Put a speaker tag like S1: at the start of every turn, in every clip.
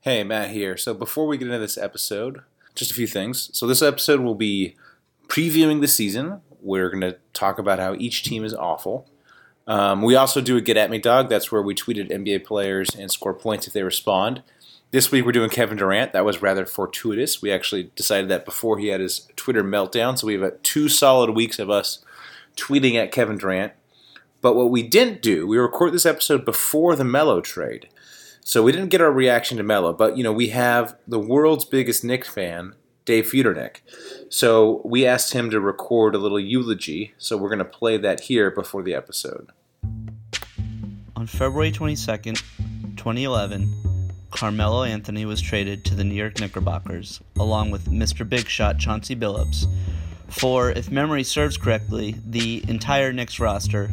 S1: Hey, Matt here. So before we get into this episode, just a few things. So this episode will be previewing the season. We're going to talk about how each team is awful. Um, we also do a Get At Me Dog. That's where we tweeted NBA players and score points if they respond. This week we're doing Kevin Durant. That was rather fortuitous. We actually decided that before he had his Twitter meltdown. So we have uh, two solid weeks of us tweeting at Kevin Durant. But what we didn't do, we record this episode before the Mello trade. So we didn't get our reaction to Mello, but you know, we have the world's biggest Knicks fan, Dave Feudernick. So we asked him to record a little eulogy, so we're gonna play that here before the episode.
S2: On February 22nd, 2011, Carmelo Anthony was traded to the New York Knickerbockers, along with Mr. Big Shot Chauncey Billups, for, if memory serves correctly, the entire Knicks roster,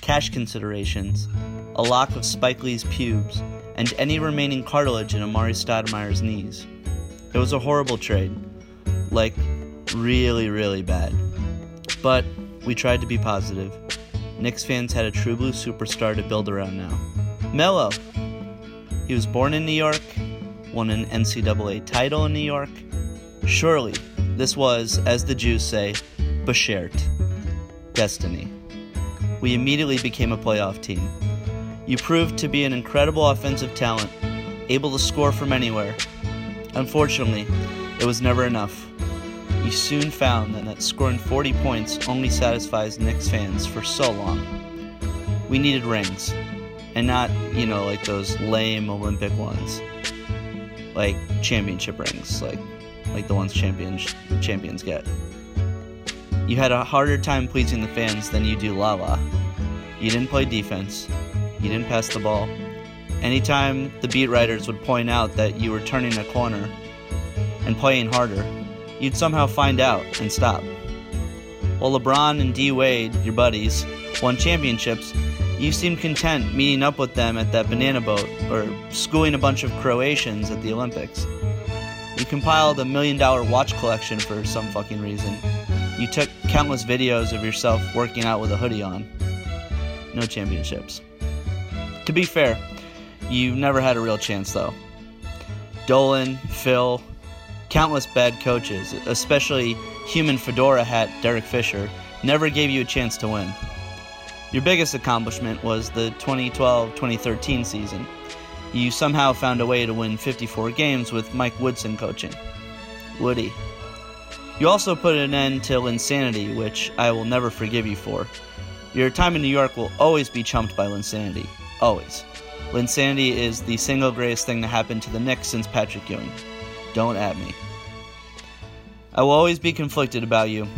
S2: cash considerations, a lock of Spike Lee's pubes, and any remaining cartilage in Amari Stoudemire's knees. It was a horrible trade. Like, really, really bad. But we tried to be positive. Knicks fans had a true blue superstar to build around now. Melo! He was born in New York, won an NCAA title in New York. Surely, this was, as the Jews say, Beshert, destiny. We immediately became a playoff team. You proved to be an incredible offensive talent, able to score from anywhere. Unfortunately, it was never enough. You soon found that, that scoring 40 points only satisfies Knicks fans for so long. We needed rings, and not, you know, like those lame Olympic ones, like championship rings, like like the ones champions champions get. You had a harder time pleasing the fans than you do Lala. You didn't play defense. You didn't pass the ball. Anytime the beat writers would point out that you were turning a corner and playing harder, you'd somehow find out and stop. While LeBron and D Wade, your buddies, won championships, you seemed content meeting up with them at that banana boat or schooling a bunch of Croatians at the Olympics. You compiled a million dollar watch collection for some fucking reason. You took countless videos of yourself working out with a hoodie on. No championships. To be fair, you never had a real chance though. Dolan, Phil, countless bad coaches, especially human fedora hat Derek Fisher, never gave you a chance to win. Your biggest accomplishment was the 2012 2013 season. You somehow found a way to win 54 games with Mike Woodson coaching. Woody. You also put an end to Linsanity, which I will never forgive you for. Your time in New York will always be chumped by Linsanity. Always. Linsanity is the single greatest thing to happen to the Knicks since Patrick Ewing. Don't at me. I will always be conflicted about you.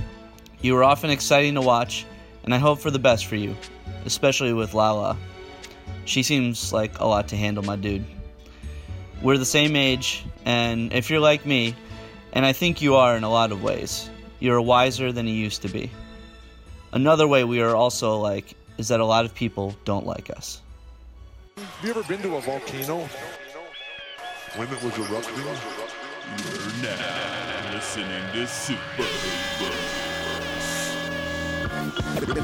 S2: You were often exciting to watch, and I hope for the best for you, especially with Lala. She seems like a lot to handle, my dude. We're the same age, and if you're like me, and I think you are in a lot of ways, you're wiser than you used to be. Another way we are also alike is that a lot of people don't like us.
S3: Have you ever been to a volcano?
S4: Women was erupting.
S5: You're now listening to Super Hoopers.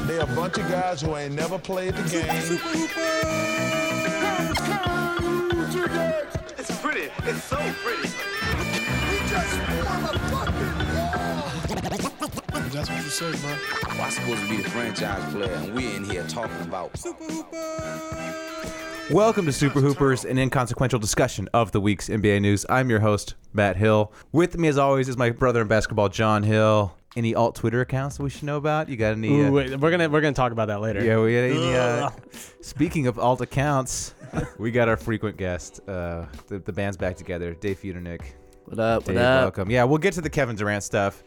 S3: They're a bunch of guys who ain't never played the game.
S6: It's pretty. It's so pretty.
S7: I'm supposed to be the franchise player, and we're in here talking about
S8: Welcome to Super Hoopers, an inconsequential discussion of the week's NBA news. I'm your host, Matt Hill. With me, as always, is my brother in basketball, John Hill. Oh, Any alt Twitter accounts that we should know about? You got any?
S9: Ooh,
S8: uh,
S9: wait, we're gonna we're gonna talk about that later.
S8: yeah, we got any? Uh, speaking of alt accounts, we got our frequent guest. Uh, the, the band's back together. Dave Feudernick.
S2: What up?
S8: Dave, welcome. Yeah, we'll get to the Kevin Durant stuff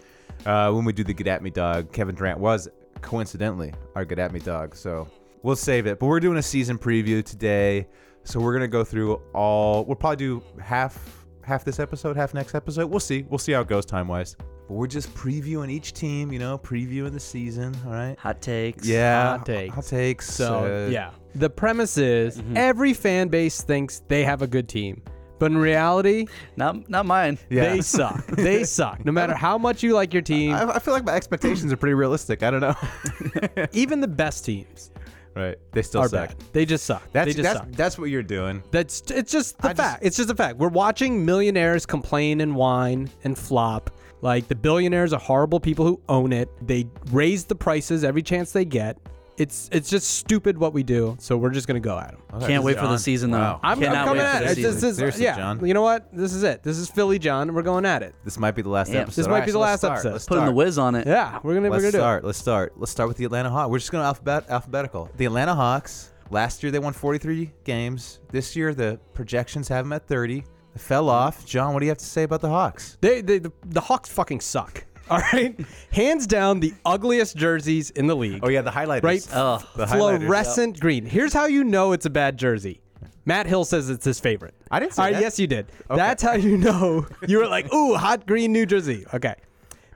S8: uh, when we do the Get At Me Dog. Kevin Durant was coincidentally our Get At Me Dog, so we'll save it. But we're doing a season preview today, so we're gonna go through all. We'll probably do half half this episode, half next episode. We'll see. We'll see how it goes time wise. But we're just previewing each team, you know, previewing the season. All right.
S2: Hot takes.
S8: Yeah.
S9: hot takes.
S8: Hot takes.
S9: So
S8: uh,
S9: yeah, the premise is
S8: Mm-hmm.
S9: every fan base thinks they have a good team, but in reality,
S2: Not not mine.
S8: Yeah.
S9: they suck. they suck. No matter how much you like your team,
S8: I, I feel like my expectations are pretty realistic. I don't know.
S9: even the best teams.
S8: Right. They still
S9: are
S8: suck.
S9: bad. They just suck.
S8: That's
S9: they just
S8: that's
S9: suck.
S8: that's what you're doing.
S9: That's it's just the
S8: I just-
S9: fact. it's just a fact. We're watching millionaires complain and whine and flop. Like the billionaires are horrible people who own it. They raise the prices every chance they get. It's it's just stupid what we do. So we're just gonna go at them.
S2: Can't wait for
S8: John.
S2: the season though.
S8: Wow.
S9: I'm, I'm
S2: Cannot
S9: coming
S2: wait
S9: at
S2: for the
S9: it. It's-
S2: season.
S9: it's- it's-
S8: Seriously,
S9: yeah.
S8: John.
S9: You know what? This is it. This is Philly John. We're going at it.
S8: This might be the last
S2: Yeah.
S8: episode.
S9: This
S8: All
S9: might
S8: right,
S9: be the
S8: so let's
S9: last
S8: start.
S9: episode.
S8: Let's
S2: Putting the
S8: start.
S2: whiz on it.
S9: Yeah, we're gonna
S8: Let's
S9: we're gonna
S8: start. Let's start. Let's start with the Atlanta Hawks. We're just going to alphabet alphabetical. The Atlanta Hawks. Last year they won 43 games. This year the projections have them at 30. They fell off. John, what do you have to say about the Hawks?
S9: do it. They, they the, the Hawks fucking suck. All right, hands down the ugliest jerseys in the league.
S8: Oh yeah, the highlighters. Oh,
S9: right?
S2: Ugh.
S8: The highlighters.
S9: fluorescent green. Here's how you know it's a bad jersey. Matt Hill says it's his favorite.
S8: I didn't say
S9: All right,
S8: that.
S9: Yes, you did. That's how you know. You were like, "Ooh, hot green New Jersey." Okay.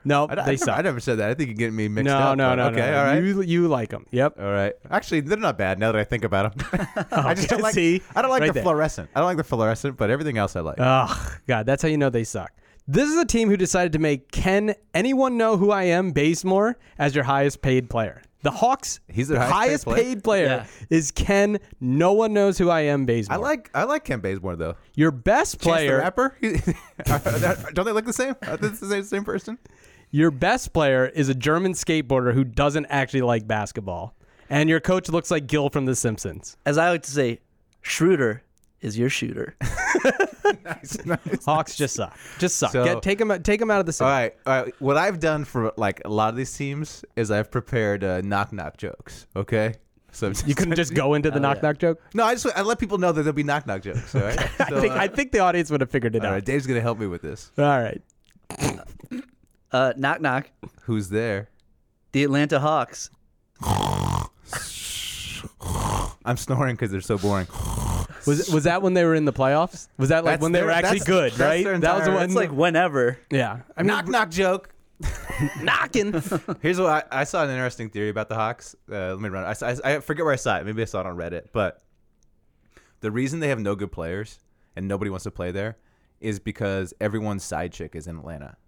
S9: No,
S8: I, I
S9: they
S8: never-
S9: suck.
S8: I never said that. I think you're getting me mixed
S9: no,
S8: up.
S9: no,
S8: but
S9: no,
S8: Okay,
S9: no.
S8: all right.
S9: You you like them? Yep.
S8: all right. Actually, they're not bad now that I think about them. I just don't like.
S9: see?
S8: I don't like
S9: Right
S8: the
S9: there.
S8: fluorescent. I don't like the fluorescent, but everything else I like.
S9: Ugh, God, that's how you know they suck. This is a team who decided to make Ken Anyone Know Who I Am Bazemore as your highest paid player. The Hawks'
S8: He's their highest
S9: highest,
S8: paid
S9: paid player is Ken No One Knows Who I Am Bazemore.
S8: I like. I like Ken Bazemore though.
S9: your best
S8: Chance the
S9: player.
S8: rapper. don't they look the same? Are they the same, same person?
S9: Your best player is a German skateboarder who doesn't actually like basketball. And your coach looks like Gil from The Simpsons.
S2: As I like to say, Schroeder is your shooter.
S9: Hawks just suck. Just suck.
S8: So-
S9: Get, take them out of the city.
S8: All right, all right. What I've done for like a lot of these teams is I've prepared uh, knock knock jokes. Okay, so I'm
S9: You couldn't just go
S8: Oh,
S9: into the knock knock joke.
S8: No, I just I let people know that there'll be knock knock jokes. All right. So,
S9: I think,
S8: uh,
S9: I think the audience would have figured it
S8: all
S9: out.
S8: right. Dave's gonna help me with this.
S9: All right.
S2: Uh, knock knock.
S8: Who's there?
S2: The Atlanta Hawks.
S8: I'm snoring because they're so boring.
S9: Was was that when they were in the playoffs? Was that like
S8: That's
S9: when they
S8: their-
S9: were actually
S8: that's-
S9: good,
S8: that's
S9: right?
S8: their
S9: That was
S8: entire-
S9: when
S2: It's like whenever.
S9: yeah. I mean,
S8: knock knock joke.
S9: knocking.
S8: Here's what I, I saw an interesting theory about the Hawks. Uh, let me run. I, I, I forget where I saw it. Maybe I saw it on Reddit. But the reason they have no good players and nobody wants to play there is because everyone's side chick is in Atlanta.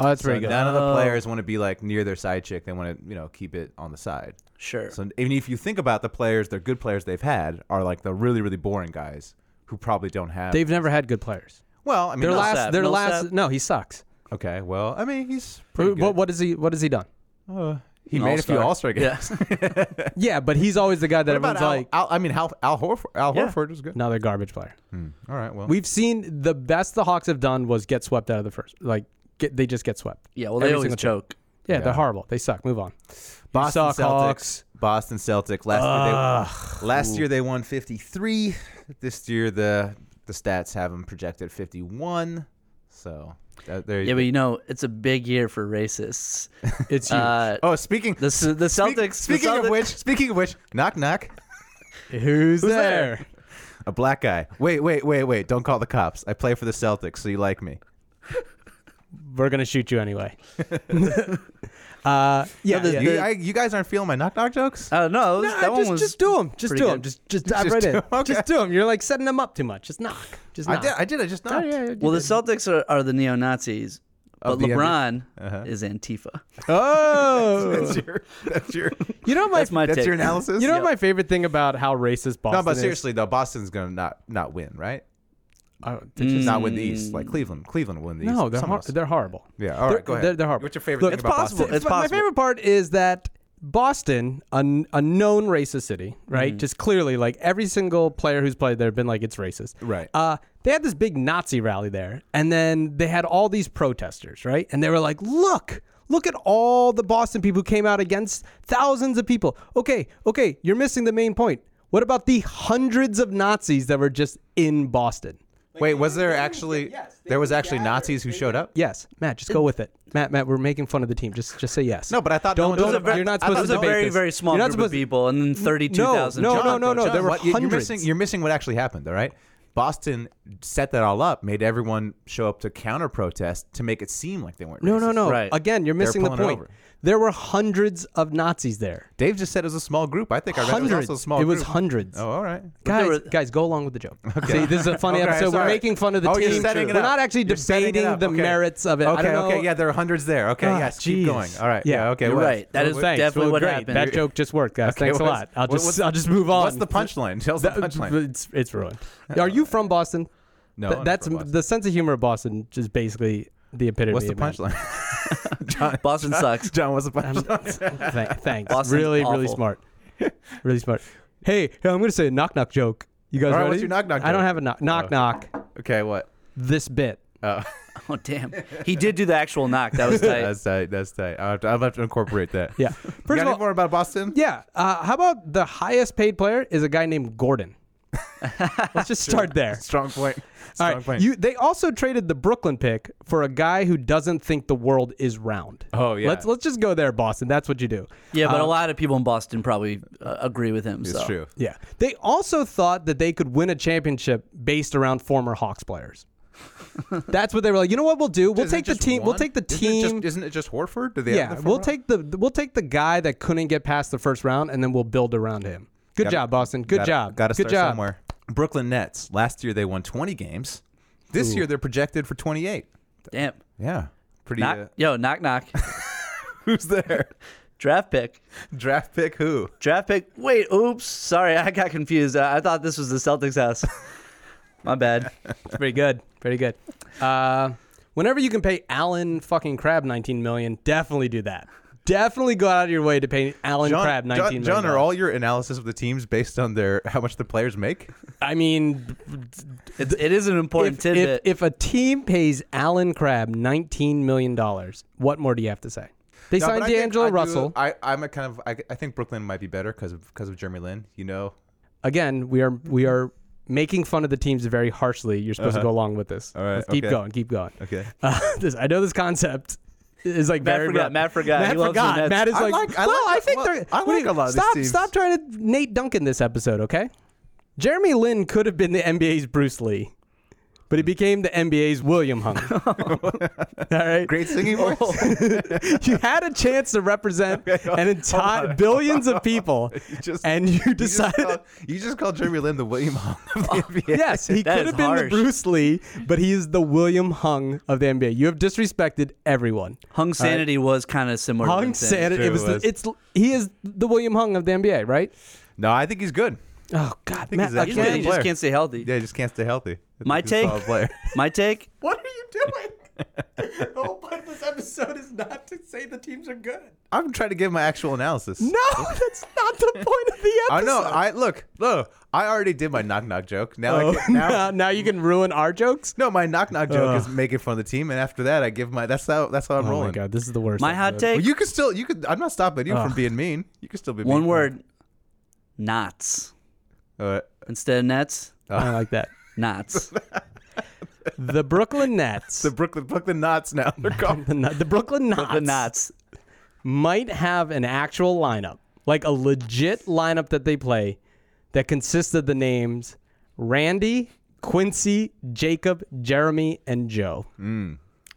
S9: oh, that's
S8: So
S9: pretty good.
S8: none of the players want to be like near their side chick. They want to you know keep it on the side.
S2: Sure.
S8: So even if you think about the players, the good players they've had are like the really really boring guys who probably don't have.
S9: They've never had good players.
S8: well, I mean,
S9: Their
S8: no-
S9: last, their
S2: Millsap.
S9: last. No, he sucks.
S8: okay. Well, I mean, he's pretty
S9: What,
S8: good.
S9: what has he? What has he done?
S8: he made a few
S2: All-star.
S8: All Star games.
S9: Yeah, but he's always the guy that
S8: What about
S9: everyone's
S8: Al, Al-
S9: like.
S8: I mean, Al, Al Horford, Al Horford is good.
S9: Another garbage player.
S8: All right, well,
S9: We've seen the best the Hawks have done was get swept out of the first. Like get, they just get swept.
S2: Yeah, well, they
S9: Every
S2: always
S9: single time.
S2: choke.
S9: Yeah, they're horrible. They suck. Move on.
S8: Boston
S9: suck,
S8: Celtics.
S9: Hawks.
S8: Boston Celtics. Last year they last year they won 53. This year the the stats have them projected 51. So that, there.
S2: Yeah, but you know, it's a big year for racists.
S9: It's you.
S2: Uh,
S8: oh, speaking
S2: the C- the Celtics.
S8: speak-
S2: the
S8: speaking of
S2: Celtics-
S8: which, speaking of which, knock knock.
S9: who's,
S8: there?
S9: there?
S8: A black guy. Wait, wait, wait, wait. Don't call the cops. I play for the Celtics, so you like me.
S9: We're gonna shoot you anyway. uh, yeah, yeah.
S8: You, I, you guys aren't feeling my knock knock jokes?
S2: Oh no,
S9: Nah,
S2: that one
S9: just,
S2: was
S9: just do them. Just
S2: pretty
S9: do them.
S2: good.
S9: Just just dive
S8: Just
S9: right
S8: do
S9: in.
S8: 'em, okay.
S9: Just do them. You're like setting them up too much. Just knock. Just
S8: I
S9: knock.
S8: did. I did. I
S2: Oh,
S8: just knocked.
S2: well, the Celtics are, are the neo Nazis, but
S8: Of Oh, the NBA.
S2: LeBron
S8: Uh-huh.
S2: is Antifa.
S9: Oh,
S8: That's your. That's your.
S9: you know my,
S2: That's my
S8: That's
S2: take.
S8: your analysis.
S9: you know
S2: Yep.
S9: my favorite thing about how racist Boston
S8: No, but
S9: is?
S8: seriously though, Boston's gonna not not win, right? Uh,
S9: Oh,
S8: Not win the East, like Cleveland. Cleveland will win the East.
S9: no, they're
S8: Someone else.
S9: hor- they're horrible.
S8: yeah. All
S9: they're,
S8: right, go ahead.
S9: They're, they're horrible.
S8: What's your favorite
S9: Look,
S8: thing about
S2: possible.
S8: Boston?
S2: It's
S9: but
S2: possible.
S9: My favorite part is that Boston, a, n- a known racist city, right? Just clearly, like every single player who's played there, been like it's racist,
S8: Right.
S9: Uh, they had this big Nazi rally there, and then they had all these protesters, right? And they were like, "Look, look at all the Boston people who came out against thousands of people." Okay, okay, you're missing the main point. What about the hundreds of Nazis that were just in Boston?
S8: Wait, was there actually there was actually Nazis who showed up?
S9: Yes, Matt, just go with it. Matt, Matt, we're making fun of the team. Just, just say yes.
S8: No, but I thought no
S9: don't.
S8: one
S9: don't
S8: told them.
S9: you're not
S8: I thought
S9: supposed
S2: It was
S9: to
S2: a
S8: it was
S9: debate
S2: very
S9: this.
S2: very small
S9: You're not
S2: group of
S9: supposed-
S2: people, and then thirty two thousand.
S9: no, no, no, no.
S8: John,
S9: there were
S8: what- you-
S9: hundreds.
S8: You're missing, you're missing what actually happened. All right, Boston set that all up, made everyone show up to counter protest to make it seem like they weren't.
S9: No,
S8: racist.
S9: no, no.
S2: Right.
S9: Again, you're missing the
S8: pulling it
S9: point.
S8: over.
S9: There were hundreds of Nazis there.
S8: Dave just said it was a small group. I think I read it was
S9: Hundreds.
S8: also a small
S9: It
S8: group.
S9: was hundreds.
S8: Oh, all right.
S9: Guys,
S2: were-
S9: guys, go along with the joke. See, this is a funny
S8: Okay,
S9: episode. We're
S8: sorry.
S9: making fun of the
S8: Oh,
S9: team.
S8: you're setting it
S9: We're
S8: up.
S9: not actually
S8: You're setting it
S9: debating
S8: up.
S9: the
S8: Okay.
S9: merits of it. I
S8: Okay,
S9: don't
S8: okay,
S9: know-
S8: yeah, there are hundreds there. Okay,
S9: Ah,
S8: yes, keep
S9: jeez.
S8: going. All right, yeah, okay,
S2: You're
S8: what?
S2: right. That is
S9: Well, thanks.
S2: definitely
S9: Well,
S2: what
S9: great.
S2: happened.
S9: That joke just worked, guys.
S8: Okay,
S9: Thanks a
S8: what-
S9: lot. I'll
S8: what-
S9: just
S8: what's-
S9: I'll just move on.
S8: What's the punchline? Tell us the
S9: That-
S8: punchline.
S9: It's it's ruined. Are you from Boston?
S8: No,
S9: Th-
S8: I'm
S9: that's
S8: from Boston.
S9: the sense of humor of Boston. Just basically the epitome.
S8: What's the
S9: of man.
S8: punchline?
S2: Boston sucks.
S8: John, what's the punchline?
S9: Th- thanks.
S2: Boston's
S9: really, really
S2: awful.
S9: smart. Really smart. Hey, hey, I'm gonna say a knock knock joke. You guys
S8: All right,
S9: ready?
S8: what's your knock knock
S9: I don't
S8: joke?
S9: have a knock
S8: Oh.
S9: knock knock.
S8: Okay, what?
S9: This bit.
S8: Oh,
S2: Oh damn, he did do the actual knock. That was tight.
S8: that's tight. That's tight. I'll have to, I'll have to incorporate that.
S9: Yeah.
S8: You
S9: First
S8: got
S9: of
S8: any
S9: all,
S8: more about Boston?
S9: yeah. Uh, how about the highest paid player is a guy named Gordon? Let's just start there.
S8: Strong point.
S9: All
S8: Strong
S9: right.
S8: point.
S9: You they also traded the Brooklyn pick for a guy who doesn't think the world is round.
S8: Oh, yeah.
S9: Let's let's just go there, Boston. That's what you do.
S2: Yeah, but a lot of people in Boston probably uh, agree with him.
S8: it's
S2: so.
S8: true.
S9: Yeah. They also thought that they could win a championship based around former Hawks players. That's what they were like. You know what we'll do? We'll
S8: Isn't it
S9: take the
S8: just
S9: team. We'll
S8: one?
S9: take the
S8: Isn't it
S9: team.
S8: just- Isn't it just Horford? Do they? have
S9: yeah,
S8: the
S9: we'll
S8: formula?
S9: take the we'll take the guy that couldn't get past the first round, and then we'll build around him. Good
S8: Gotta-
S9: job, Boston. Good
S8: gotta-
S9: job.
S8: Gotta start
S9: Good job.
S8: somewhere. Brooklyn Nets. Last year they won 20 games. This year they're projected for 28.
S2: Damn.
S8: Yeah. Pretty.
S2: Knock.
S8: Uh,
S2: Yo, knock knock.
S8: who's there?
S2: Draft pick.
S8: Draft pick who?
S2: Draft pick. Wait. Oops. Sorry, I got confused. I, I thought this was the Celtics house. My bad.
S9: Pretty good. Pretty good. Uh, whenever you can pay Alan fucking Crab 19 million, definitely do that. Definitely go out of your way to pay Alan Crab 19
S8: John,
S9: million.
S8: John, are all your analysis of the teams based on their how much the players make?
S9: I mean,
S2: It's, it is an important
S9: if, if,
S2: tidbit.
S9: if a team pays Alan Crab 19 million dollars, what more do you have to say? They
S8: No,
S9: signed
S8: but I think
S9: D'Angelo
S8: I do-
S9: Russell.
S8: I, I'm a kind of I, I think Brooklyn might be better because of because of Jeremy Lin. You know.
S9: Again, we are we are making fun of the teams very harshly. You're supposed to go along with this.
S8: Uh-huh. All right,
S9: Let's keep
S8: okay.
S9: going. Keep going.
S8: Okay.
S9: Uh, this, I know this concept is like
S2: Matt
S9: very
S2: forgot,
S9: rough.
S2: Matt forgot.
S9: Matt
S2: He loves the
S9: forgot.
S2: Nets.
S9: Matt is
S8: I
S9: like,
S8: like- I
S9: well,
S8: like-
S9: I think
S8: well,
S9: they're.
S8: I like
S9: wait,
S8: a lot of these
S9: stop,
S8: teams.
S9: Stop trying to Nate Duncan this episode, okay? Jeremy Lin could have been the NBA's Bruce Lee, but he became the NBA's William Hung. All right,
S8: Great singing
S9: Oh.
S8: voice.
S9: you had a chance to represent an entire billions of people,
S8: You just-
S9: and you
S8: You just
S9: decided. Oh,
S8: called- you just called Jeremy Lin the William Hung of the NBA.
S9: Yes, he
S2: That is
S9: could have been the
S2: harsh.
S9: Bruce Lee, but he is the William Hung of the NBA. You have disrespected everyone.
S2: Hung sanity was kind of similar. to
S9: Hung
S2: insanity.
S9: said it,
S8: Sure
S9: was,
S8: was.
S9: The, it's he is the William Hung of the NBA, right?
S8: No, I think he's good.
S9: Oh God,
S8: think
S9: Matt,
S8: he's a-
S2: He's
S8: Yeah,
S2: good,
S9: again,
S2: he
S8: good player.
S2: just can't stay healthy.
S8: Yeah, he just can't stay healthy. I
S2: My
S8: think he's a
S2: take.
S8: solid player.
S2: My take.
S9: what are you doing? the whole point of this episode is not to say the teams are good.
S8: I'm trying to give my actual analysis.
S9: No, that's not the point of the episode.
S8: I know. I look. Look. I already did my knock knock joke. Now
S9: Oh,
S8: I can, now,
S9: now, now you can ruin our jokes.
S8: No, my knock knock joke is making fun of the team, and after that, I give my. That's how. That's how I'm
S9: Oh
S8: rolling.
S9: my God, this is the worst.
S2: My hot
S9: episode.
S8: Well,
S2: take.
S8: uh, you could still. You could. I'm not stopping you from being mean. You could still be
S2: One
S8: mean.
S2: word. Knots
S8: Uh,
S2: instead of nets.
S9: I like that.
S2: Knots.
S9: The Brooklyn Nets.
S8: the Brooklyn Brooklyn Knots. Now they're called.
S9: the, the Brooklyn Nets.
S2: the knots.
S9: might have an actual lineup, like a legit lineup that they play that consists of the names Randy, Quincy, Jacob, Jeremy, and Joe.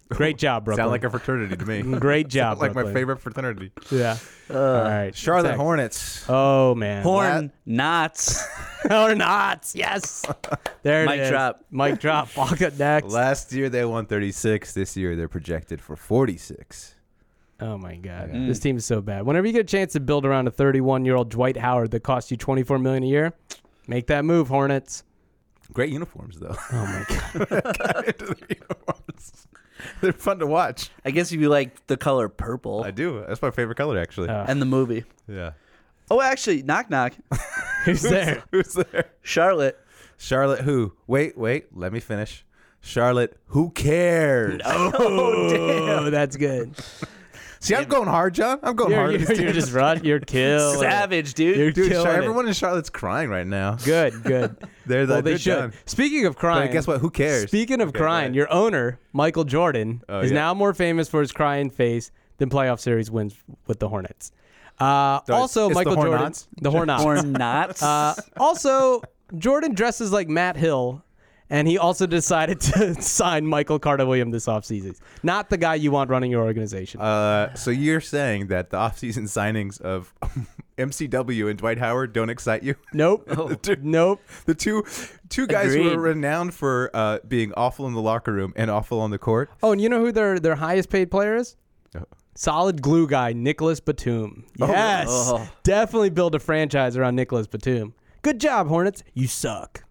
S9: Great job, Brooklyn.
S8: Mm. Sound like a fraternity to me.
S9: Great
S8: Sound
S9: job,
S8: like my
S9: Brooklyn.
S8: favorite fraternity.
S9: yeah.
S2: Uh,
S9: All right.
S8: Charlotte
S9: Next.
S8: Hornets.
S9: Oh man.
S2: Horn knots.
S9: or not. Yes. There it
S2: Mic
S9: is.
S2: drop.
S9: Mic drop. Walk up next.
S8: Last year they won 36. This year they're projected for 46.
S9: Oh my god, this team is so bad. Whenever you get a chance to build around a 31-year-old Dwight Howard that costs you 24 million a year, make that move, Hornets.
S8: Great uniforms though.
S9: Oh my god.
S8: they're fun to watch.
S2: I guess if you like the color purple
S8: I do. That's my favorite color actually.
S2: and the movie.
S8: yeah.
S2: Oh, actually, knock knock.
S9: Who's there?
S8: Who's there?
S2: Charlotte.
S8: Charlotte who? Wait, wait, let me finish. Charlotte, who cares?
S9: Oh, that's good.
S8: See, I'm going hard, John. I'm going
S9: You're,
S8: hard.
S9: you're, you're just rush. You're killing.
S2: Savage, dude.
S9: You're
S8: Dude,
S9: killing.
S8: Char-
S9: it.
S8: everyone in Charlotte's crying right now.
S9: Good, good.
S8: They're
S9: well,
S8: like,
S9: they
S8: "Good
S9: should.
S8: John."
S9: Speaking of crying,
S8: But guess what? Who cares?
S9: Speaking of
S8: Okay,
S9: crying,
S8: right.
S9: your owner Michael Jordan
S8: Oh,
S9: is
S8: yeah.
S9: now more famous for his crying face than playoff series wins with the Hornets. Uh,
S8: it's-
S9: also,
S8: it's the
S9: Michael Jordan,
S8: Hornets?
S9: the Hornets.
S2: Horn knots.
S9: Uh, also, Jordan dresses like Matt Hill And he also decided to sign Michael Carter Williams this offseason. Not the guy you want running your organization.
S8: Uh, so you're saying that the offseason signings of MCW and Dwight Howard don't excite you?
S9: nope.
S8: oh.
S9: Nope.
S8: The two two guys
S2: Agreed.
S8: who are renowned for uh, being awful in the locker room and awful on the court.
S9: Oh, and you know who their their highest paid player is?
S8: Uh-huh.
S9: Solid glue guy, Nicholas Batum. Yes.
S2: Oh.
S9: Definitely build a franchise around Nicholas Batum. Good job, Hornets. You suck.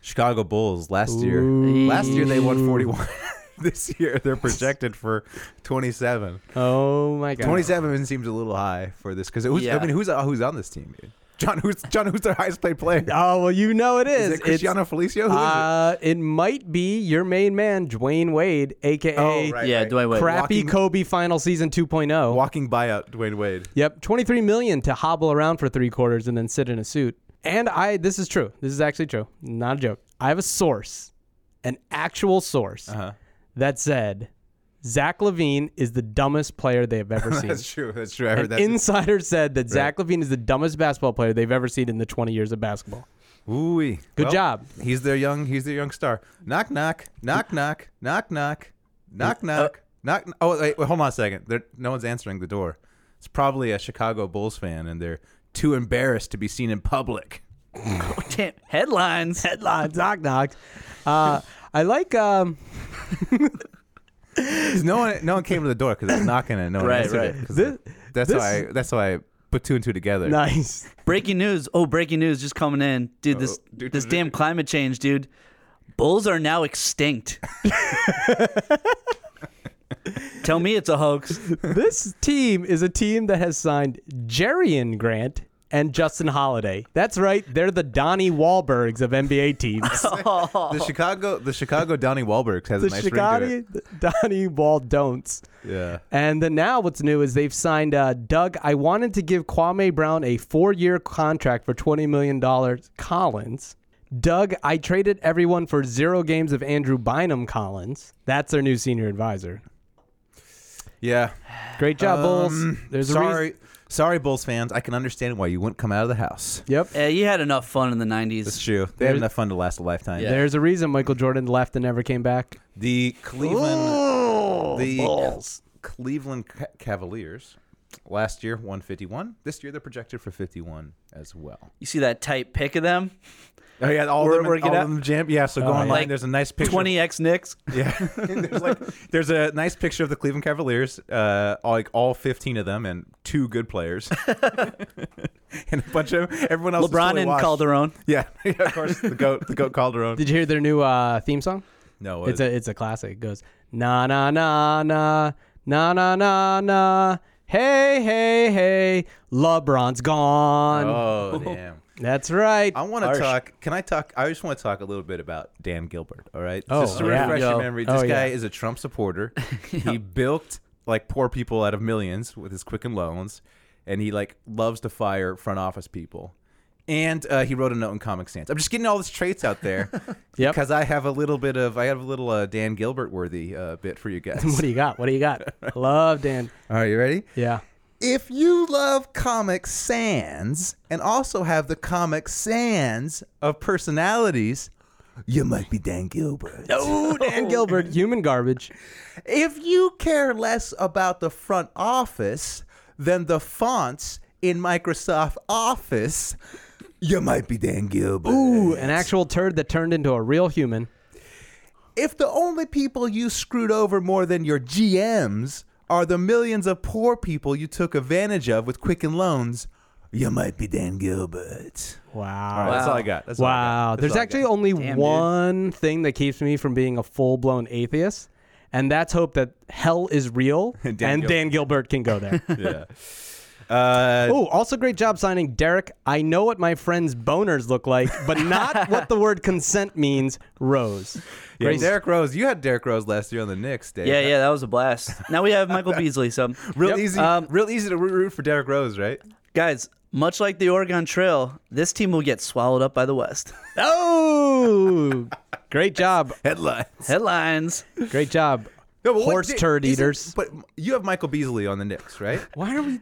S8: Chicago Bulls last year. Last year they won 41. this year they're projected for 27.
S9: Oh my god.
S8: 27 seems a little high for this because who's
S2: Yeah.
S8: I mean who's uh, who's on this team? dude? John who's John who's their highest paid player?
S9: Oh well, you know it is.
S8: Is it
S9: It's-
S8: Cristiano Felicio? Who is it?
S9: Uh, it might be your main man, Dwayne Wade, aka
S8: Oh, right.
S2: yeah, Dwight Wade.
S9: crappy
S8: Walking-
S9: Kobe final season 2.0.
S8: Walking buyout Dwayne Wade.
S9: Yep, 23 million to hobble around for 3 quarters and then sit in a suit. And I this is true. This is actually true. Not a joke. I have a source, an actual source
S8: Uh-huh.
S9: that said Zach Levine is the dumbest player they have ever seen.
S8: That's true. That's true. I heard
S9: An
S8: that.
S9: insider said that Zach Levine is the dumbest basketball player they've ever seen in the 20 years of basketball.
S8: Ooh-wee.
S9: Good job.
S8: He's their young. He's their young star. Knock knock knock knock knock knock
S9: Uh,
S8: knock knock knock. Oh wait, wait, hold on a second. There, no one's answering the door. It's probably a Chicago Bulls fan, and they're too embarrassed to be seen in public.
S2: Damn, headlines.
S9: Headlines, knock knock. Uh, I like um,
S8: 'Cause No one, no one came to the door because it's knocking and no one
S2: Right,
S8: answered it,
S2: right.
S8: 'cause
S9: This-
S8: that's
S9: this-
S8: why. I, that's why I put two and two together.
S9: nice.
S2: Breaking news. Oh, breaking news just coming in. Oh, Dude, this this damn climate change, dude. Bulls are now extinct. Tell me it's a hoax.
S9: this team is a team that has signed Jerrion Grant and Justin Holiday. That's right. They're the Donnie Wahlbergs of NBA teams.
S8: The Chicago, the Chicago Donnie Wahlbergs has
S9: the
S8: a nice
S9: Chicago
S8: ring
S9: Donnie Wall don'ts.
S8: to it. Yeah.
S9: And then now what's new is they've signed uh, Doug. I wanted to give Kwame Brown a four-year contract for $20 million. Collins. Doug, I traded everyone for zero games of Andrew Bynum Collins. That's their new senior advisor.
S8: Yeah.
S9: Great job, Bulls.
S8: Um,
S9: There's a
S8: sorry,
S9: reason.
S8: sorry, Bulls fans. I can understand why you wouldn't come out of the house.
S9: Yep.
S2: Yeah, eh, you had enough fun in the 90s.
S8: It's true. They have enough fun to last a lifetime.
S2: Yeah.
S9: There's a reason Michael Jordan left and never came back.
S8: The Cleveland, the Cleveland Ca- Cavaliers, last year 151. This year they're projected for 51 as well.
S2: You see that tight pic of them?
S8: Oh yeah, all
S2: We're-
S8: them,
S2: we're
S8: all
S2: gonna-
S8: them jam. Yeah, so go online.
S2: Like
S8: there's a nice picture.
S2: 20x Knicks.
S8: Yeah, there's, like, there's a nice picture of the Cleveland Cavaliers, uh, all- like all 15 of them, and two good players, and a bunch of everyone else. is
S2: LeBron
S8: totally
S2: and
S8: washed.
S2: Calderon.
S8: Yeah, yeah, of course, the goat, the goat Calderon.
S9: Did you hear their new uh, theme song?
S8: no,
S9: It's a it's a classic. It goes na na na na na na na na. Hey hey hey, LeBron's gone.
S8: oh damn.
S9: That's right.
S8: I want to talk. Can I talk? I just want to talk a little bit about Dan Gilbert. All right,
S9: Oh,
S8: just to
S9: yeah.
S8: refresh
S2: Yo.
S8: your memory, this
S9: Oh,
S8: guy
S9: yeah.
S8: is a Trump supporter. He built like poor people out of millions with his Quicken loans, and he like loves to fire front office people. And uh, he wrote a note in Comic Sans. I'm just getting all these traits out there
S9: Yep.
S8: because I have a little bit of I have a little uh, Dan Gilbert worthy uh, bit for you guys.
S9: what do you got? What do you got? I Love Dan.
S8: all right, you ready?
S9: Yeah.
S8: If you love Comic Sans and also have the Comic Sans of personalities, you might be Dan Gilbert.
S9: Oh, Dan Gilbert, human garbage.
S8: If you care less about the front office than the fonts in Microsoft Office, you might be Dan Gilbert.
S9: Ooh, an actual turd that turned into a real human.
S8: If the only people you screwed over more than your GMs are the millions of poor people you took advantage of with Quicken Loans, you might be Dan Gilbert.
S9: Wow.
S8: That's all I got. That's all I got.
S9: Wow.
S8: That's
S9: There's
S8: all I
S9: actually
S8: got.
S9: only
S2: Damn, dude.
S9: one thing that keeps me from being a full blown atheist, and that's hope that hell is real and
S8: Dan Gil-
S9: Dan Gilbert can go there.
S8: Uh,
S9: oh, also great job signing Derek. I know what my friend's boners look like, but not what the word consent means, Rose.
S8: yeah, Derek Rose. You had Derek Rose last year on the Knicks, Dave.
S2: Yeah, yeah, that was a blast. Now we have Michael Beasley. So
S8: Real
S2: Yep.
S8: easy.
S2: Um,
S8: real easy to root root for Derek Rose, right?
S2: guys, much like the Oregon Trail, this team will get swallowed up by the West.
S9: Oh, great job.
S8: Headlines.
S2: Headlines.
S9: Great job.
S8: No, but what
S9: Horse
S8: di-
S9: turd
S8: isn't-
S9: eaters.
S8: But you have Michael Beasley on the Knicks, right?
S9: Why are we?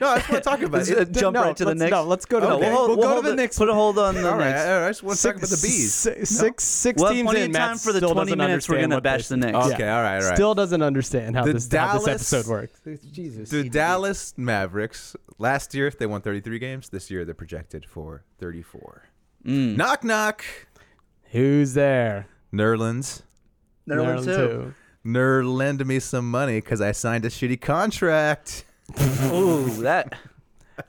S8: No, that's what I'm talking about.
S2: Let's,
S8: It-
S2: uh, jump
S9: no,
S2: right to the
S9: let's-
S2: next.
S9: no, let's go to the
S8: Okay.
S2: hold-
S9: We'll go to
S2: hold
S9: the
S2: it-
S9: next
S2: Put a hold on the
S8: all right,
S2: next.
S8: all right, I just want to talk about the bees.
S9: Six, six, six
S2: Well,
S9: teams
S2: plenty
S9: in.
S2: of time
S9: Matt
S2: for the
S9: still
S2: 20
S9: doesn't
S2: minutes we're
S9: understand
S2: gonna
S9: what
S2: bash
S9: they-
S2: the Knicks.
S8: Okay, all right, all right.
S9: Still doesn't understand how
S8: The
S9: this how this
S8: Dallas-
S9: episode works. Jesus.
S8: the Dallas Mavericks last year they won 33 games. This year they're projected for 34.
S2: Mm.
S8: Knock knock.
S9: Who's there?
S8: Nerlands,
S2: Netherlands too.
S8: nerd, lend me some money because I signed a shitty contract.
S2: Ooh, that.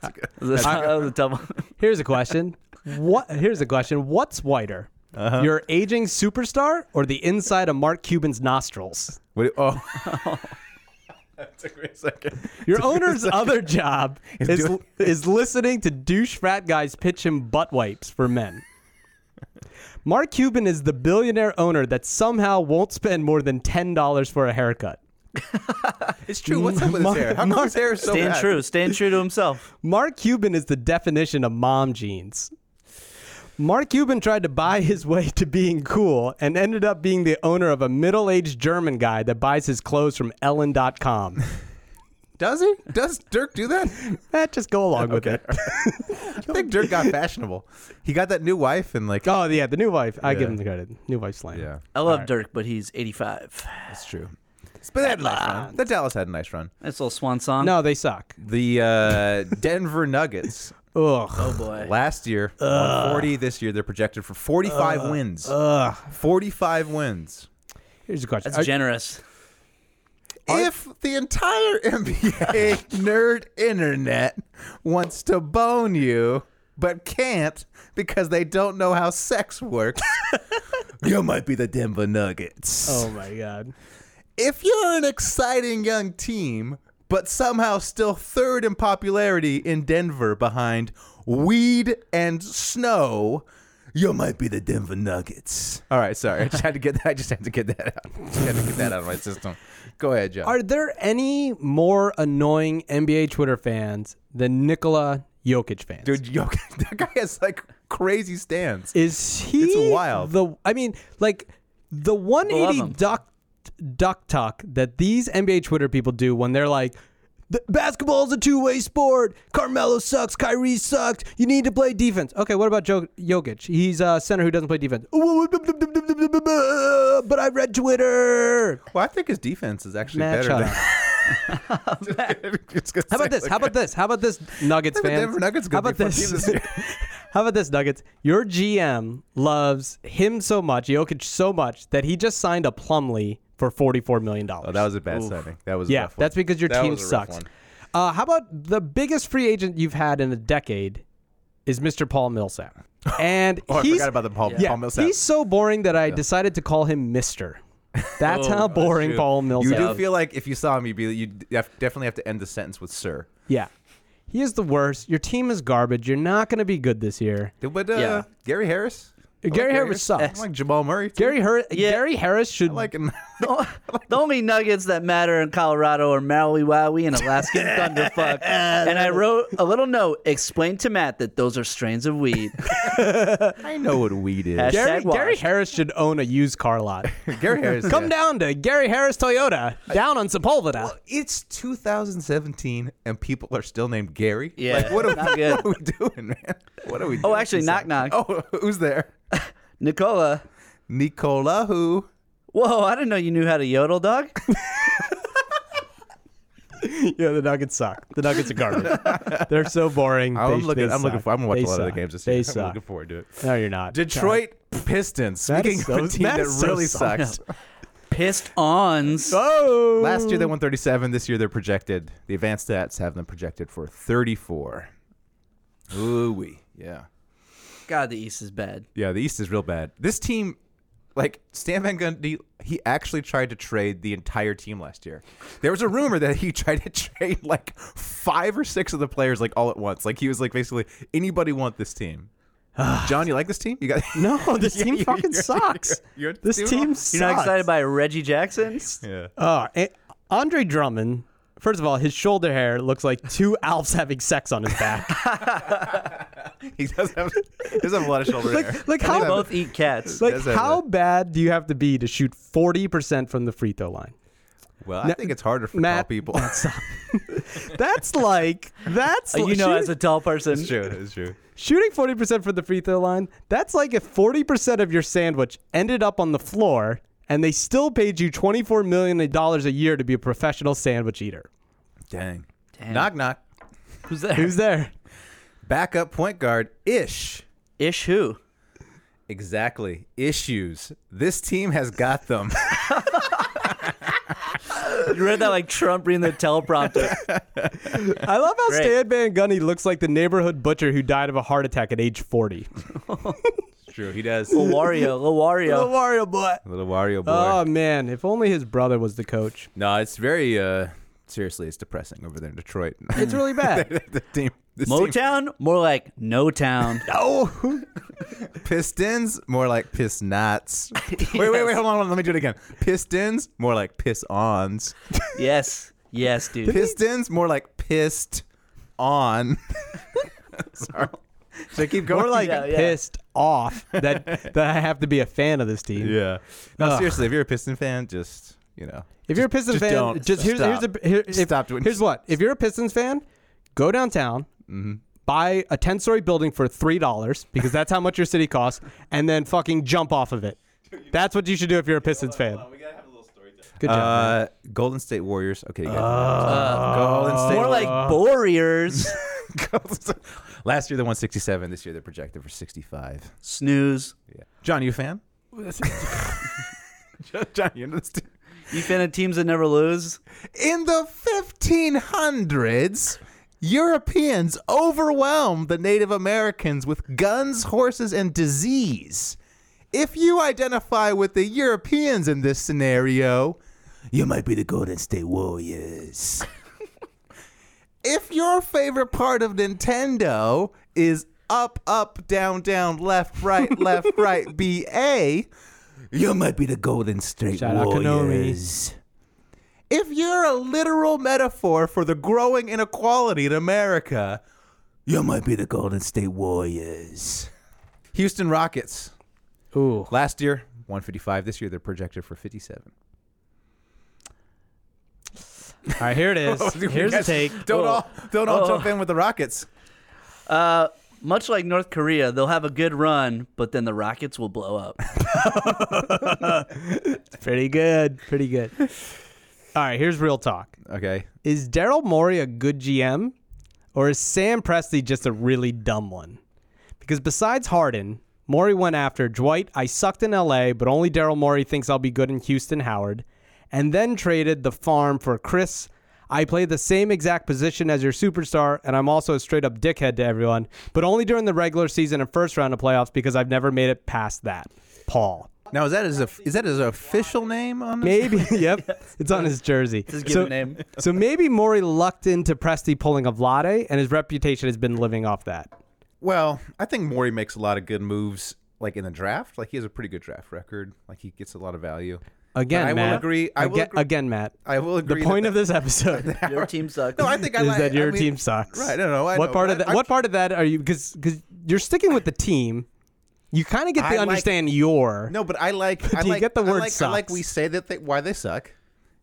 S2: That's that was a tough one.
S9: Here's a question. what? Here's a question. What's whiter?
S8: Uh-huh.
S9: Your aging superstar or the inside of Mark Cuban's nostrils?
S8: What? do- Oh. That took me a second.
S9: Your owner's other job is
S8: doing-
S9: is listening to douche frat guys pitch him butt wipes for men. Mark Cuban is the billionaire owner that somehow won't spend more than ten dollars for a haircut.
S8: It's true. What's up with his
S9: Mark-
S8: hair? How come his hair is so
S2: Staying
S8: bad?
S2: true, staying true to himself.
S9: Mark Cuban is the definition of mom jeans. Mark Cuban tried to buy his way to being cool and ended up being the owner of a middle aged German guy that buys his clothes from Ellen.com.
S8: Does he? Does Dirk do that?
S9: Eh, just go along with it.
S8: I think Dirk got fashionable. He got that new wife and like.
S9: Oh, yeah, the new wife. I
S8: Yeah.
S9: give him the credit. New wife's slam.
S8: Yeah,
S2: I love Dirk, but he's 85.
S8: that's true. But they had a nice run. The Dallas had a nice run.
S2: That's a little swan song.
S9: No, they suck.
S8: The uh, Denver Nuggets
S9: Ugh.
S2: Oh, boy.
S8: last year won 40. This year they're projected for 45 wins. 45 wins.
S9: Here's a question.
S2: That's
S9: Are-
S2: generous.
S8: If the entire NBA nerd internet wants to bone you but can't because they don't know how sex works, you might be the Denver Nuggets.
S9: oh, my God.
S8: If you're an exciting young team but somehow still third in popularity in Denver behind Weed and Snow, you might be the Denver Nuggets. All right, sorry. I just had to get that. I just had to get that out. Just had to get that out of my system. Go ahead, Joe.
S9: Are there any more annoying NBA Twitter fans than Nikola Jokic fans?
S8: Dude, yo, that guy has like crazy stands.
S9: Is he?
S8: It's wild.
S9: The I mean, like the
S2: Love 'em.
S9: 180 duck duck talk that these NBA Twitter people do when they're like. "The- Basketball's a two-way sport. Carmelo sucks. Kyrie sucks. You need to play defense. Okay, what about jo- Jokic? He's a center who doesn't play defense. But I read Twitter.
S8: Well, I think his defense is actually
S9: Matt, shut up.
S8: better than.
S9: How about this? How about this? How about this, Nuggets
S8: I think the
S9: fans?
S8: Denver Nuggets are
S9: How
S8: gonna
S9: about
S8: be a fun team
S9: this?
S8: this year.
S9: How about this, Nuggets? Your GM loves him so much, Jokic so much, that he just signed a Plumlee for $44 million.
S8: Oh, that was a bad signing. That was a
S9: yeah,
S8: rough one.
S9: that's because your
S8: That
S9: team
S8: was a rough
S9: sucks.
S8: one.
S9: Uh, how about the biggest free agent you've had in a decade is Mr. Paul Millsap? And
S8: Oh, I
S9: he's,
S8: forgot about the Paul,
S9: yeah,
S8: Paul Millsap.
S9: he's so boring that I decided to call him Mr. That's how boring
S8: Dude,
S9: Paul
S8: Oh, You
S9: Millsap
S8: do feel like if you saw him, you'd be you definitely have to end the sentence with "sir."
S9: Yeah. He is the worst. Your team is garbage. You're not going to be good this year.
S8: But uh,
S2: Yeah.
S8: Gary Harris, I like
S9: Gary Harris sucks.
S8: I like Jamal Murray. too.
S9: Gary, Har-
S2: Yeah.
S9: Gary Harris should
S8: I like him.
S2: The only nuggets that matter in Colorado are Maui Wowie and Alaskan Thunderfuck. And I wrote a little note, explain to Matt that those are strains of weed.
S8: I know what weed is.
S2: Hashtag-
S9: Gary,
S2: wash.
S9: Gary Harris should own a used car lot.
S8: Gary Harris.
S9: Come
S8: yeah.
S9: down to Gary Harris Toyota down on Sepulveda.
S8: It's 2017 and people are still named Gary.
S2: Yeah,
S8: like, what, are,
S2: not
S8: we- what
S2: good.
S8: are we doing, man? What are we? doing?
S2: Oh, actually, knock knock.
S8: Oh, who's there?
S2: Nicola.
S8: Nicola, who?
S2: Whoa, I didn't know you knew how to yodel, dog.
S9: yeah, the Nuggets suck. The Nuggets are garbage. They're so boring.
S8: I'm
S9: They-
S8: looking.
S9: they
S8: I'm looking
S9: suck.
S8: for. I'm gonna watch
S9: They
S8: a lot of the
S9: suck.
S8: games this
S9: They
S8: year. I'm
S9: suck.
S8: looking forward to it.
S9: No, you're not.
S8: Detroit Pistons.
S9: That
S8: Speaking
S9: is
S8: of a
S9: so-
S8: team
S9: that
S8: that,
S9: is so
S8: really
S9: soft.
S8: sucks.
S2: Pissed ons.
S9: Oh,
S8: Last year they won 37. This year they're projected. The advanced stats have them projected for 34. Ooh wee, yeah,
S2: God, the East is bad.
S8: yeah. The East is real bad. This team, like Stan Van Gundy, he actually tried to trade the entire team last year. There was a rumor that he tried to trade like five or six of the players like all at once. Like he was like basically anybody want this team. John, you like this team? You got
S9: No, this team
S8: you-
S9: fucking
S8: you're-
S9: sucks.
S8: you're- you're-
S9: this
S8: you're-
S9: team
S8: you're not
S9: sucks.
S2: You're not excited by Reggie Jackson?
S8: Yeah.
S9: Uh, eh, Andre Drummond First of all, his shoulder hair looks like two alfs having sex on his back.
S8: He does have, he does have a lot of shoulder hair.
S9: like like
S2: They
S9: how
S2: both eat cats.
S9: like
S8: does have
S9: how
S8: a-
S9: bad do you have to be to shoot forty percent from the free throw line?
S8: Well, I
S9: Now-
S8: think it's harder for tall
S9: Matt-
S8: people.
S9: That's, that's like that's
S2: Uh, you know, as a
S9: shooting-
S2: tall person,
S8: it's true. It's true.
S9: shooting forty percent from the free throw line. That's like if forty percent of your sandwich ended up on the floor, and they still paid you twenty four million dollars a year to be a professional sandwich eater.
S8: Dang. Knock knock.
S2: who's there?
S9: Who's there?
S8: Backup point guard ish.
S2: Ish who?
S8: Exactly. Issues. This team has got them.
S2: You read that like Trump reading the teleprompter.
S9: I love how
S2: Great.
S9: Stan Van Gunny looks like the neighborhood butcher who died of a heart attack at age forty.
S8: it's true. He does.
S2: Lil Wario, Lil Wario.
S9: Wario boy.
S8: Little Wario boy.
S9: Oh man, if only his brother was the coach.
S8: no, it's very uh seriously, it's depressing over there in Detroit.
S9: It's really bad.
S8: the team this team-
S2: Motown, more like no town.
S8: Oh Pistons, more like piss knots. Wait, wait, wait, hold on, hold on, let me do it again. Pistons, more like piss ons.
S2: yes, yes, dude.
S8: Pistons, more like pissed on. Sorry. Should I keep going?
S9: We're like
S2: Yeah, yeah.
S9: pissed off that that I have to be a fan of this team.
S8: Yeah. No,
S9: Ugh.
S8: seriously, if you're a Piston fan, just you know.
S9: If you're a Pistons
S8: just
S9: fan,
S8: don't.
S9: just here's here's
S8: Stop.
S9: a here, if,
S8: Stop doing-
S9: here's what. If you're a Pistons fan, go downtown,
S8: Mm-hmm.
S9: buy a ten story building for three dollars because that's how much your city costs, and then fucking jump off of it. That's what you should do if you're a Pistons fan. Good job. man.
S8: Uh, Golden State Warriors. Okay, you guys. Golden State.
S2: More like Warriors.
S8: Golden State- Last year they won 67. This year they're projected for 65.
S2: Snooze.
S8: John, you a fan? John, you understand?
S2: You fan of teams that never lose?
S8: In the 1500s, Europeans overwhelmed the Native Americans with guns, horses, and disease. If you identify with the Europeans in this scenario, you might be the Golden State Warriors. if your favorite part of Nintendo is up, up, down, down, left, right, left, right, BA, you might be the Golden State
S9: Shout out Konami.
S8: Warriors. If you're a literal metaphor for the growing inequality in America, you might be the Golden State Warriors. Houston Rockets. Uh,
S9: Ooh,
S8: Last year, 155. This year, they're projected for 57.
S9: all right, here it is. Here's the take.
S8: Don't all don't all
S2: Oh.
S8: jump in with the Rockets.
S2: Uh, much like North Korea, they'll have a good run, but then the rockets will blow up.
S9: Pretty good. Pretty good. All right, here's real talk.
S8: Okay.
S9: Is Daryl Morey a good GM, or is Sam Presti just a really dumb one? Because besides Harden, Morey went after Dwight. I sucked in L.A., but only Daryl Morey thinks I'll be good in Houston. Howard, and then traded the farm for Chris. I play the same exact position as your superstar, and I'm also a straight up dickhead to everyone, but only during the regular season and first round of playoffs because I've never made it past that. Paul.
S8: Now is that his is that his official name on this?
S9: Maybe. yep. It's on his jersey.
S2: his given name.
S9: so maybe Maury lucked into Presti pulling a Vlade, and his reputation has been living off that.
S8: Well, I think Morey makes a lot of good moves like in the draft. Like he has a pretty good draft record. Like he gets a lot of value.
S9: Again,
S8: I will
S9: Matt.
S8: agree- I will
S9: again,
S8: agree-
S9: again, Matt.
S8: I will agree
S9: The
S8: that
S9: point
S8: the-
S9: of this episode
S2: Your team sucks.
S8: No, I think I
S9: is
S8: like
S9: that your
S8: I mean-
S9: team sucks.
S8: Right, no, no, I
S9: what
S8: know,
S9: part
S8: but
S9: of that?
S8: I-
S9: what part of that are you? Because because you're sticking with the team, you kind of get
S8: I
S9: to
S8: like-
S9: understand your.
S8: No, but I like. I
S9: Do you
S8: like,
S9: get
S8: I
S9: the word
S8: like, I like
S9: sucks?
S8: we say that they, why they suck,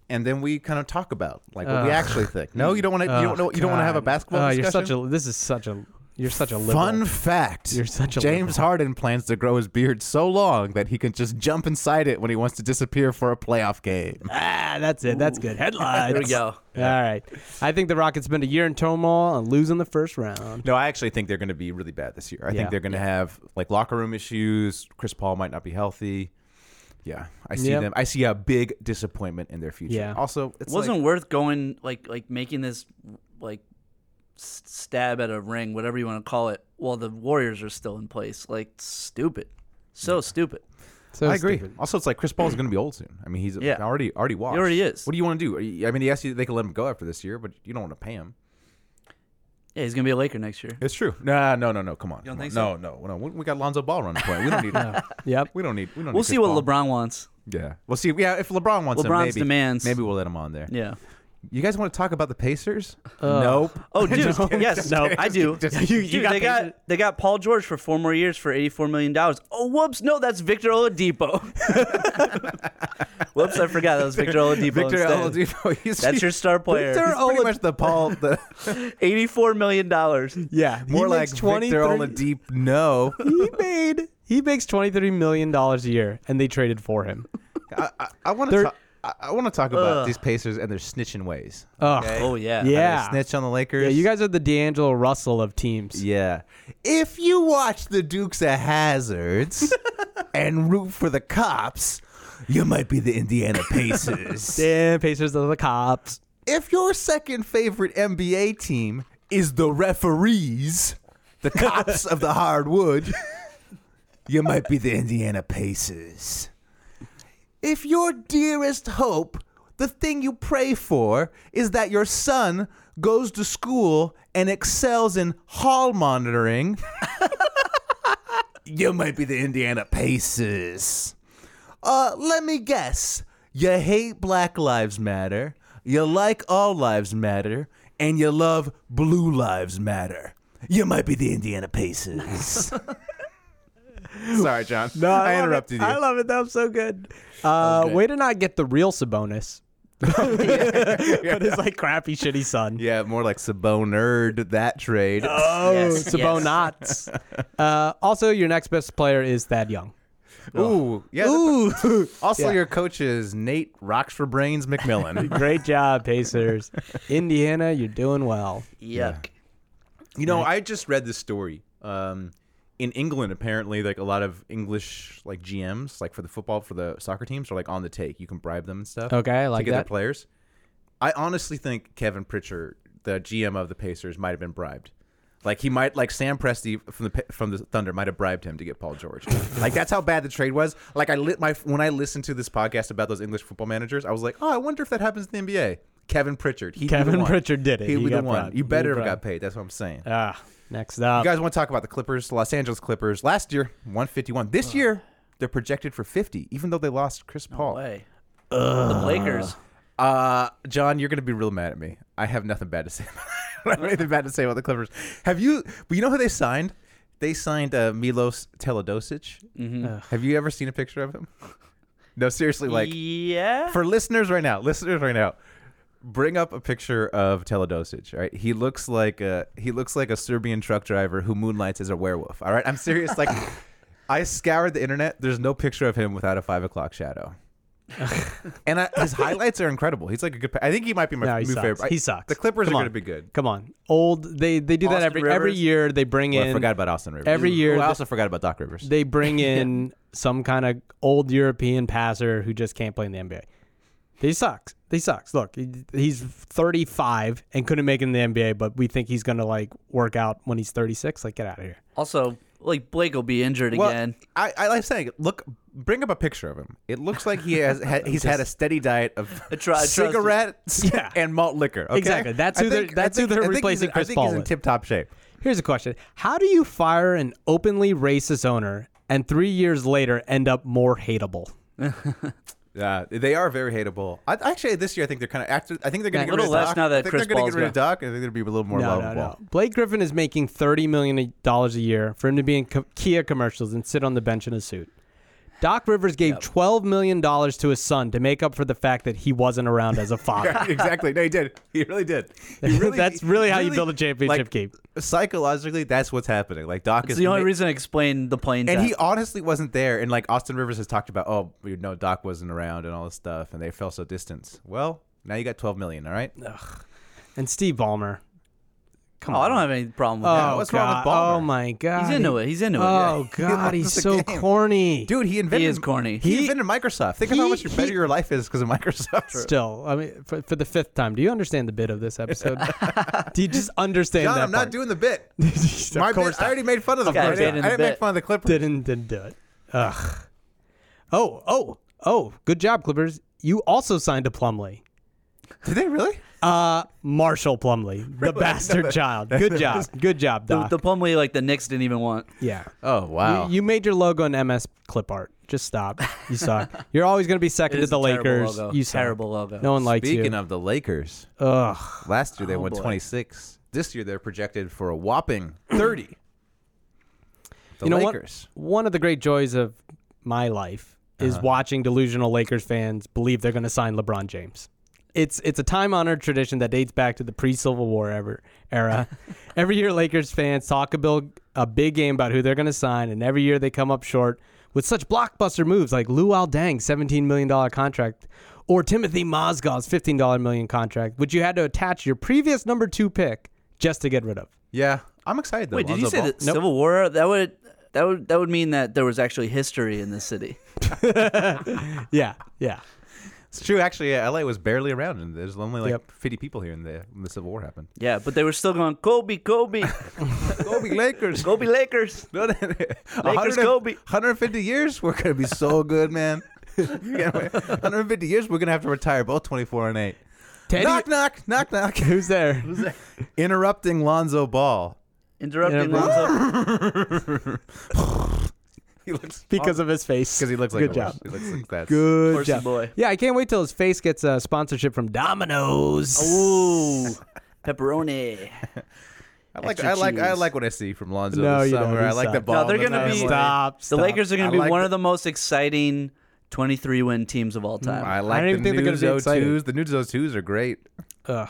S8: and then we kind of talk about like what we actually think. No, you don't want to. you don't know. You don't want to have a
S9: God.
S8: basketball.
S9: Oh, you're
S8: discussion?
S9: such a. This is such a. You're such a liberal.
S8: Fun fact:
S9: You're such a
S8: James
S9: liberal.
S8: Harden plans to grow his beard so long that he can just jump inside it when he wants to disappear for a playoff game.
S9: Ah, that's it. That's good. Headlines.
S2: There we go.
S9: All right. I think the Rockets spent a year in turmoil and losing the first round.
S8: No, I actually think they're going to be really bad this year. I
S9: Yeah.
S8: think they're going to have like locker room issues. Chris Paul might not be healthy. Yeah, I see
S9: Yep.
S8: them. I see a big disappointment in their future.
S9: Yeah.
S8: Also, it's like-
S2: wasn't worth going like like making this like s- stab at a ring, whatever you want to call it, while the Warriors are still in place. Like stupid, so stupid.
S9: So
S8: I agree.
S9: stupid.
S8: Also, it's like Chris Paul's going to be old soon. I mean, he's
S2: Yeah.
S8: already already washed.
S2: He already is.
S8: What do you want to do? Are you- I mean, yes, you- they can let him go after this year, but you don't want to pay him.
S2: Yeah, he's gonna be a Laker next year.
S8: It's true. Nah, no, no, no. Come on.
S2: don't
S8: come
S2: think
S8: on. No, no, no. We, we got Lonzo Ball running point. We don't need.
S9: Yep.
S8: We don't need. We don't.
S2: We'll
S8: need
S2: see
S8: Chris
S2: what
S8: Paul.
S2: LeBron wants.
S8: Yeah, we'll see. Yeah, if LeBron wants him,
S2: LeBron's
S8: maybe
S2: demands.
S8: maybe we'll let him on there.
S2: Yeah,
S8: You guys want to talk about the Pacers? nope.
S2: Oh, dude.
S8: Just kidding,
S2: yes.
S8: just
S9: No,
S8: kidding,
S9: I
S8: just
S9: do.
S8: kidding, just
S9: You- you
S8: kidding.
S2: Dude,
S9: got
S2: they
S9: patient.
S2: got they got Paul George for four more years for eighty four million dollars. Oh whoops, no, that's Victor Oladipo. whoops, I forgot that was Victor Oladipo.
S8: Victor
S2: instead.
S8: Oladipo. he's-
S2: That's your star player.
S8: He's
S9: Victor
S8: pretty
S9: Olad-
S8: much the Paul. The,
S2: Eighty four million dollars.
S9: Yeah, he
S8: more like
S9: makes
S8: Victor
S9: 23
S8: Oladipo. No,
S9: He made he makes twenty three million dollars a year, and they traded for him.
S8: I, I, I want
S9: They're-
S8: to. I, I want to talk about these Pacers and their snitching ways.
S9: Ugh.
S2: Oh yeah.
S9: Yeah.
S8: They snitch on the Lakers.
S9: Yeah, you guys are the D'Angelo Russell of teams.
S8: Yeah. If you watch the Dukes of Hazards and root for the cops, you might be the Indiana Pacers.
S9: Damn, Pacers are the cops.
S8: if your second favorite NBA team is the referees, the cops of the hardwood, you might be the Indiana Pacers. If your dearest hope, the thing you pray for, is that your son goes to school and excels in hall monitoring, you might be the Indiana Pacers. Uh, let me guess. You hate Black Lives Matter. You like All Lives Matter, and you love Blue Lives Matter. You might be the Indiana Pacers. Sorry, John. No, I,
S9: love
S8: interrupted
S9: it.
S8: you.
S9: I love it. That was so good. Uh,
S8: great.
S9: way to not get the real Sabonis, but his like crappy, shitty son.
S8: yeah, more like Saboner that trade.
S9: Oh,
S2: Yes,
S9: Sabonis. Uh, also, your next best player is Thad Young.
S8: Ooh, yeah.
S9: Ooh,
S8: Also,
S9: Yeah.
S8: your coach is Nate Rocks for Brains McMillan.
S9: great job, Pacers. Indiana, you're doing well.
S2: Yuck.
S8: You know, I just read this story. Um, in England, apparently, like a lot of English like GMs, like for the football for the soccer teams, are like on the take. You can bribe them and stuff.
S9: Okay, I
S8: to
S9: like
S8: get their
S9: that.
S8: players. I honestly think Kevin Pritchard, the GM of the Pacers, might have been bribed. Like he might, like Sam Presti from the Pa- from the Thunder might have bribed him to get Paul George. like that's how bad the trade was. Like I lit my when I listened to this podcast about those English football managers, I was like, oh, I wonder if that happens in the NBA. Kevin Pritchard, he
S9: Kevin
S8: won.
S9: Pritchard did it.
S8: He,
S9: He
S8: would
S9: got
S8: have won.
S9: bribed.
S8: You
S9: He
S8: better
S9: got
S8: have got
S9: bribed.
S8: paid. That's what I'm saying.
S9: Ah, next up.
S2: Uh,
S8: You guys want to talk about the Clippers, Los Angeles Clippers? Last year, 151. This year, they're projected for 50, even though they lost Chris Paul.
S2: Way. the Lakers.
S8: Uh, John, you're going to be real mad at me. I have nothing bad to say. About I don't have anything bad to say about the Clippers. Have you? But you know who they signed? They signed uh, Milos Teledosic.
S2: Mm-hmm.
S8: Have you ever seen a picture of him? No, seriously. Like
S2: yeah.
S8: for listeners right now, listeners right now, bring up a picture of Teledosic. All right, he looks like a he looks like a Serbian truck driver who moonlights as a werewolf. All right, I'm serious. Like, I scoured the internet. There's no picture of him without a five o'clock shadow. and I, his highlights are incredible. He's like a good. pa- I think he might be my
S9: No, he
S8: new
S9: sucks.
S8: favorite.
S9: He sucks.
S8: The Clippers
S9: Come
S8: are
S9: on.
S8: going to be good.
S9: Come on, old. They they do that
S8: Austin
S9: every every
S8: Rivers?
S9: year. They bring
S8: Well,
S9: in.
S8: I forgot about Austin Rivers.
S9: every year
S8: Ooh, I
S9: the-
S8: also forgot about Doc Rivers.
S9: They bring in some kind of old European passer who just can't play in the NBA. He sucks. He sucks. Look, he- he's 35 and couldn't make it in the NBA, but we think he's gonna like work out when he's 36. Like, get out of here.
S2: Also, like Blake will be injured again.
S8: I, I like saying, look, bring up a picture of him. It looks like he has ha, he's had a steady diet of
S2: I tru- I trust you.
S8: cigarettes
S9: Yeah.
S8: and malt liquor. okay?
S9: Exactly. That's
S8: I
S9: who they're-
S8: I
S9: that's who they're
S8: I he's in-
S9: replacing Chris
S8: I think
S9: Paul
S8: he's in
S9: with.
S8: tip top shape.
S9: Here's a question: How do you fire an openly racist owner and three years later end up more hateable?
S8: Yeah, Uh, they are very hateable. I, actually, this year I think they're kind of after. I think they're going
S2: Yeah,
S8: to
S2: a
S8: get rid
S2: little
S8: of
S2: less
S8: Doc.
S2: now that
S8: I think
S2: Chris
S8: they're going
S2: Paul's
S8: to get rid of Doc. and I think they're going to be a little more
S9: No, no,
S8: lovable.
S9: no. Blake Griffin is making thirty million dollars a year for him to be in co- Kia commercials and sit on the bench in a suit. Doc Rivers gave twelve million dollars to his son to make up for the fact that he wasn't around as a father.
S8: exactly. No, he did. He really did. He
S9: That's
S8: he
S9: really how you build a championship
S8: like,
S9: team.
S8: Psychologically, that's what's happening. Like Doc
S2: It's
S8: is
S2: the only
S8: ma-
S2: reason I explained the plane.
S8: And
S2: tap.
S8: he honestly wasn't there. And like Austin Rivers has talked about, oh, you know, Doc wasn't around and all this stuff, and they fell so distant. Well, now you got twelve million. All right.
S9: and Steve Ballmer. Come
S2: oh,
S9: on.
S2: I don't have any problem with
S9: Oh,
S2: that.
S8: what's
S9: God.
S8: wrong with Ballmer?
S9: Oh my God.
S2: He's into it. He's into it.
S9: Oh
S8: He
S9: God, he's
S8: loves the
S9: so
S8: game.
S9: corny,
S8: Dude, he invented.
S2: is corny.
S8: He,
S9: He-
S8: invented Microsoft. Think of
S9: he-
S8: how much
S9: he-
S8: better your life is because of Microsoft.
S9: Still, I mean, for, for the fifth time, do you understand the bit of this episode? do you just understand
S8: John,
S9: that?
S8: I'm not
S9: part?
S8: doing the bit.
S9: of
S8: My
S9: course
S8: bit, I already made fun of them.
S2: course
S8: I
S2: not.
S8: didn't, I didn't
S2: Bit.
S8: make fun of the Clippers.
S9: didn't didn't do it. Ugh. Oh oh oh! Good job, Clippers. You also signed to Plumley,
S8: Did they really?
S9: uh, Marshall Plumley, the bastard child. Good job, good job,
S2: The,
S9: Doc.
S2: the plumley like the Knicks didn't even want.
S9: yeah,
S8: Oh wow.
S9: you, you made your logo in MS clip art. Just stop. You suck. You're always going to be second
S10: It
S9: to
S10: is
S9: the
S10: a terrible
S9: Lakers.
S10: logo.
S9: You suck.
S10: Terrible logo.
S9: No one likes
S8: Speaking
S9: you.
S8: of the Lakers,
S9: Ugh.
S8: last year they won
S10: boy.
S8: 26. This year they're projected for a whopping 30. The
S9: you know
S8: Lakers. Uh-huh.
S9: what? One of the great joys of my life is watching delusional Lakers fans believe they're going to sign LeBron James. It's it's a time honored tradition that dates back to the pre Civil War ever, era. every year, Lakers fans talk a, bill, a big game about who they're going to sign, and every year they come up short with such blockbuster moves like Lou Aldang's seventeen million dollar contract or Timothy Mozgov's fifteen dollar million contract, which you had to attach your previous number two pick just to get rid of.
S8: Yeah, I'm excited though.
S10: Wait, did you
S8: Lonzo
S10: say
S8: Ball.
S10: that Civil War? That would that would that would mean that there was actually history in this city.
S9: Yeah, yeah.
S8: It's true. Actually, uh, LA was barely around, and there's only like
S9: Yep.
S8: 50 people here in the when the Civil War happened.
S10: Yeah, but they were still going Kobe, Kobe,
S8: Kobe Lakers.
S10: Kobe Lakers.
S8: No, no, no. A hundred and-
S10: Kobe.
S8: 150 years, we're gonna be so good, man. You can't wait. 150 years, we're gonna have to retire both 24 and eight.
S9: Teddy,
S8: knock, knock, knock, knock.
S9: who's there?
S8: Interrupting Lonzo Ball.
S10: Interrupting
S9: Yeah,
S10: Lonzo.
S8: He looks
S9: because of his face.
S8: because he looks like
S9: good
S8: a
S9: job.
S8: Russian. He looks like that.
S9: Good
S10: Horsey
S9: job.
S10: boy.
S9: Yeah, I can't wait till his face gets a sponsorship from Domino's.
S10: Ooh, pepperoni.
S8: I like
S10: Extra
S8: I like I
S10: cheese.
S8: like what I see from Lonzo
S9: No,
S8: this
S9: you don't.
S8: summer. I
S9: He
S8: like the
S9: sucks.
S8: ball.
S10: No, they're
S8: in the
S10: gonna
S8: basket.
S10: be-
S9: Stop,
S10: The
S9: stop.
S10: Lakers are going
S8: I
S10: to be
S8: like
S10: one
S8: the-
S10: of the most exciting 23 win teams of all time.
S8: Mm, I like
S9: don't even
S8: the
S9: think they're gonna
S8: nudes
S9: be excited.
S8: O2s. The nudes O2s are great.
S9: Ugh.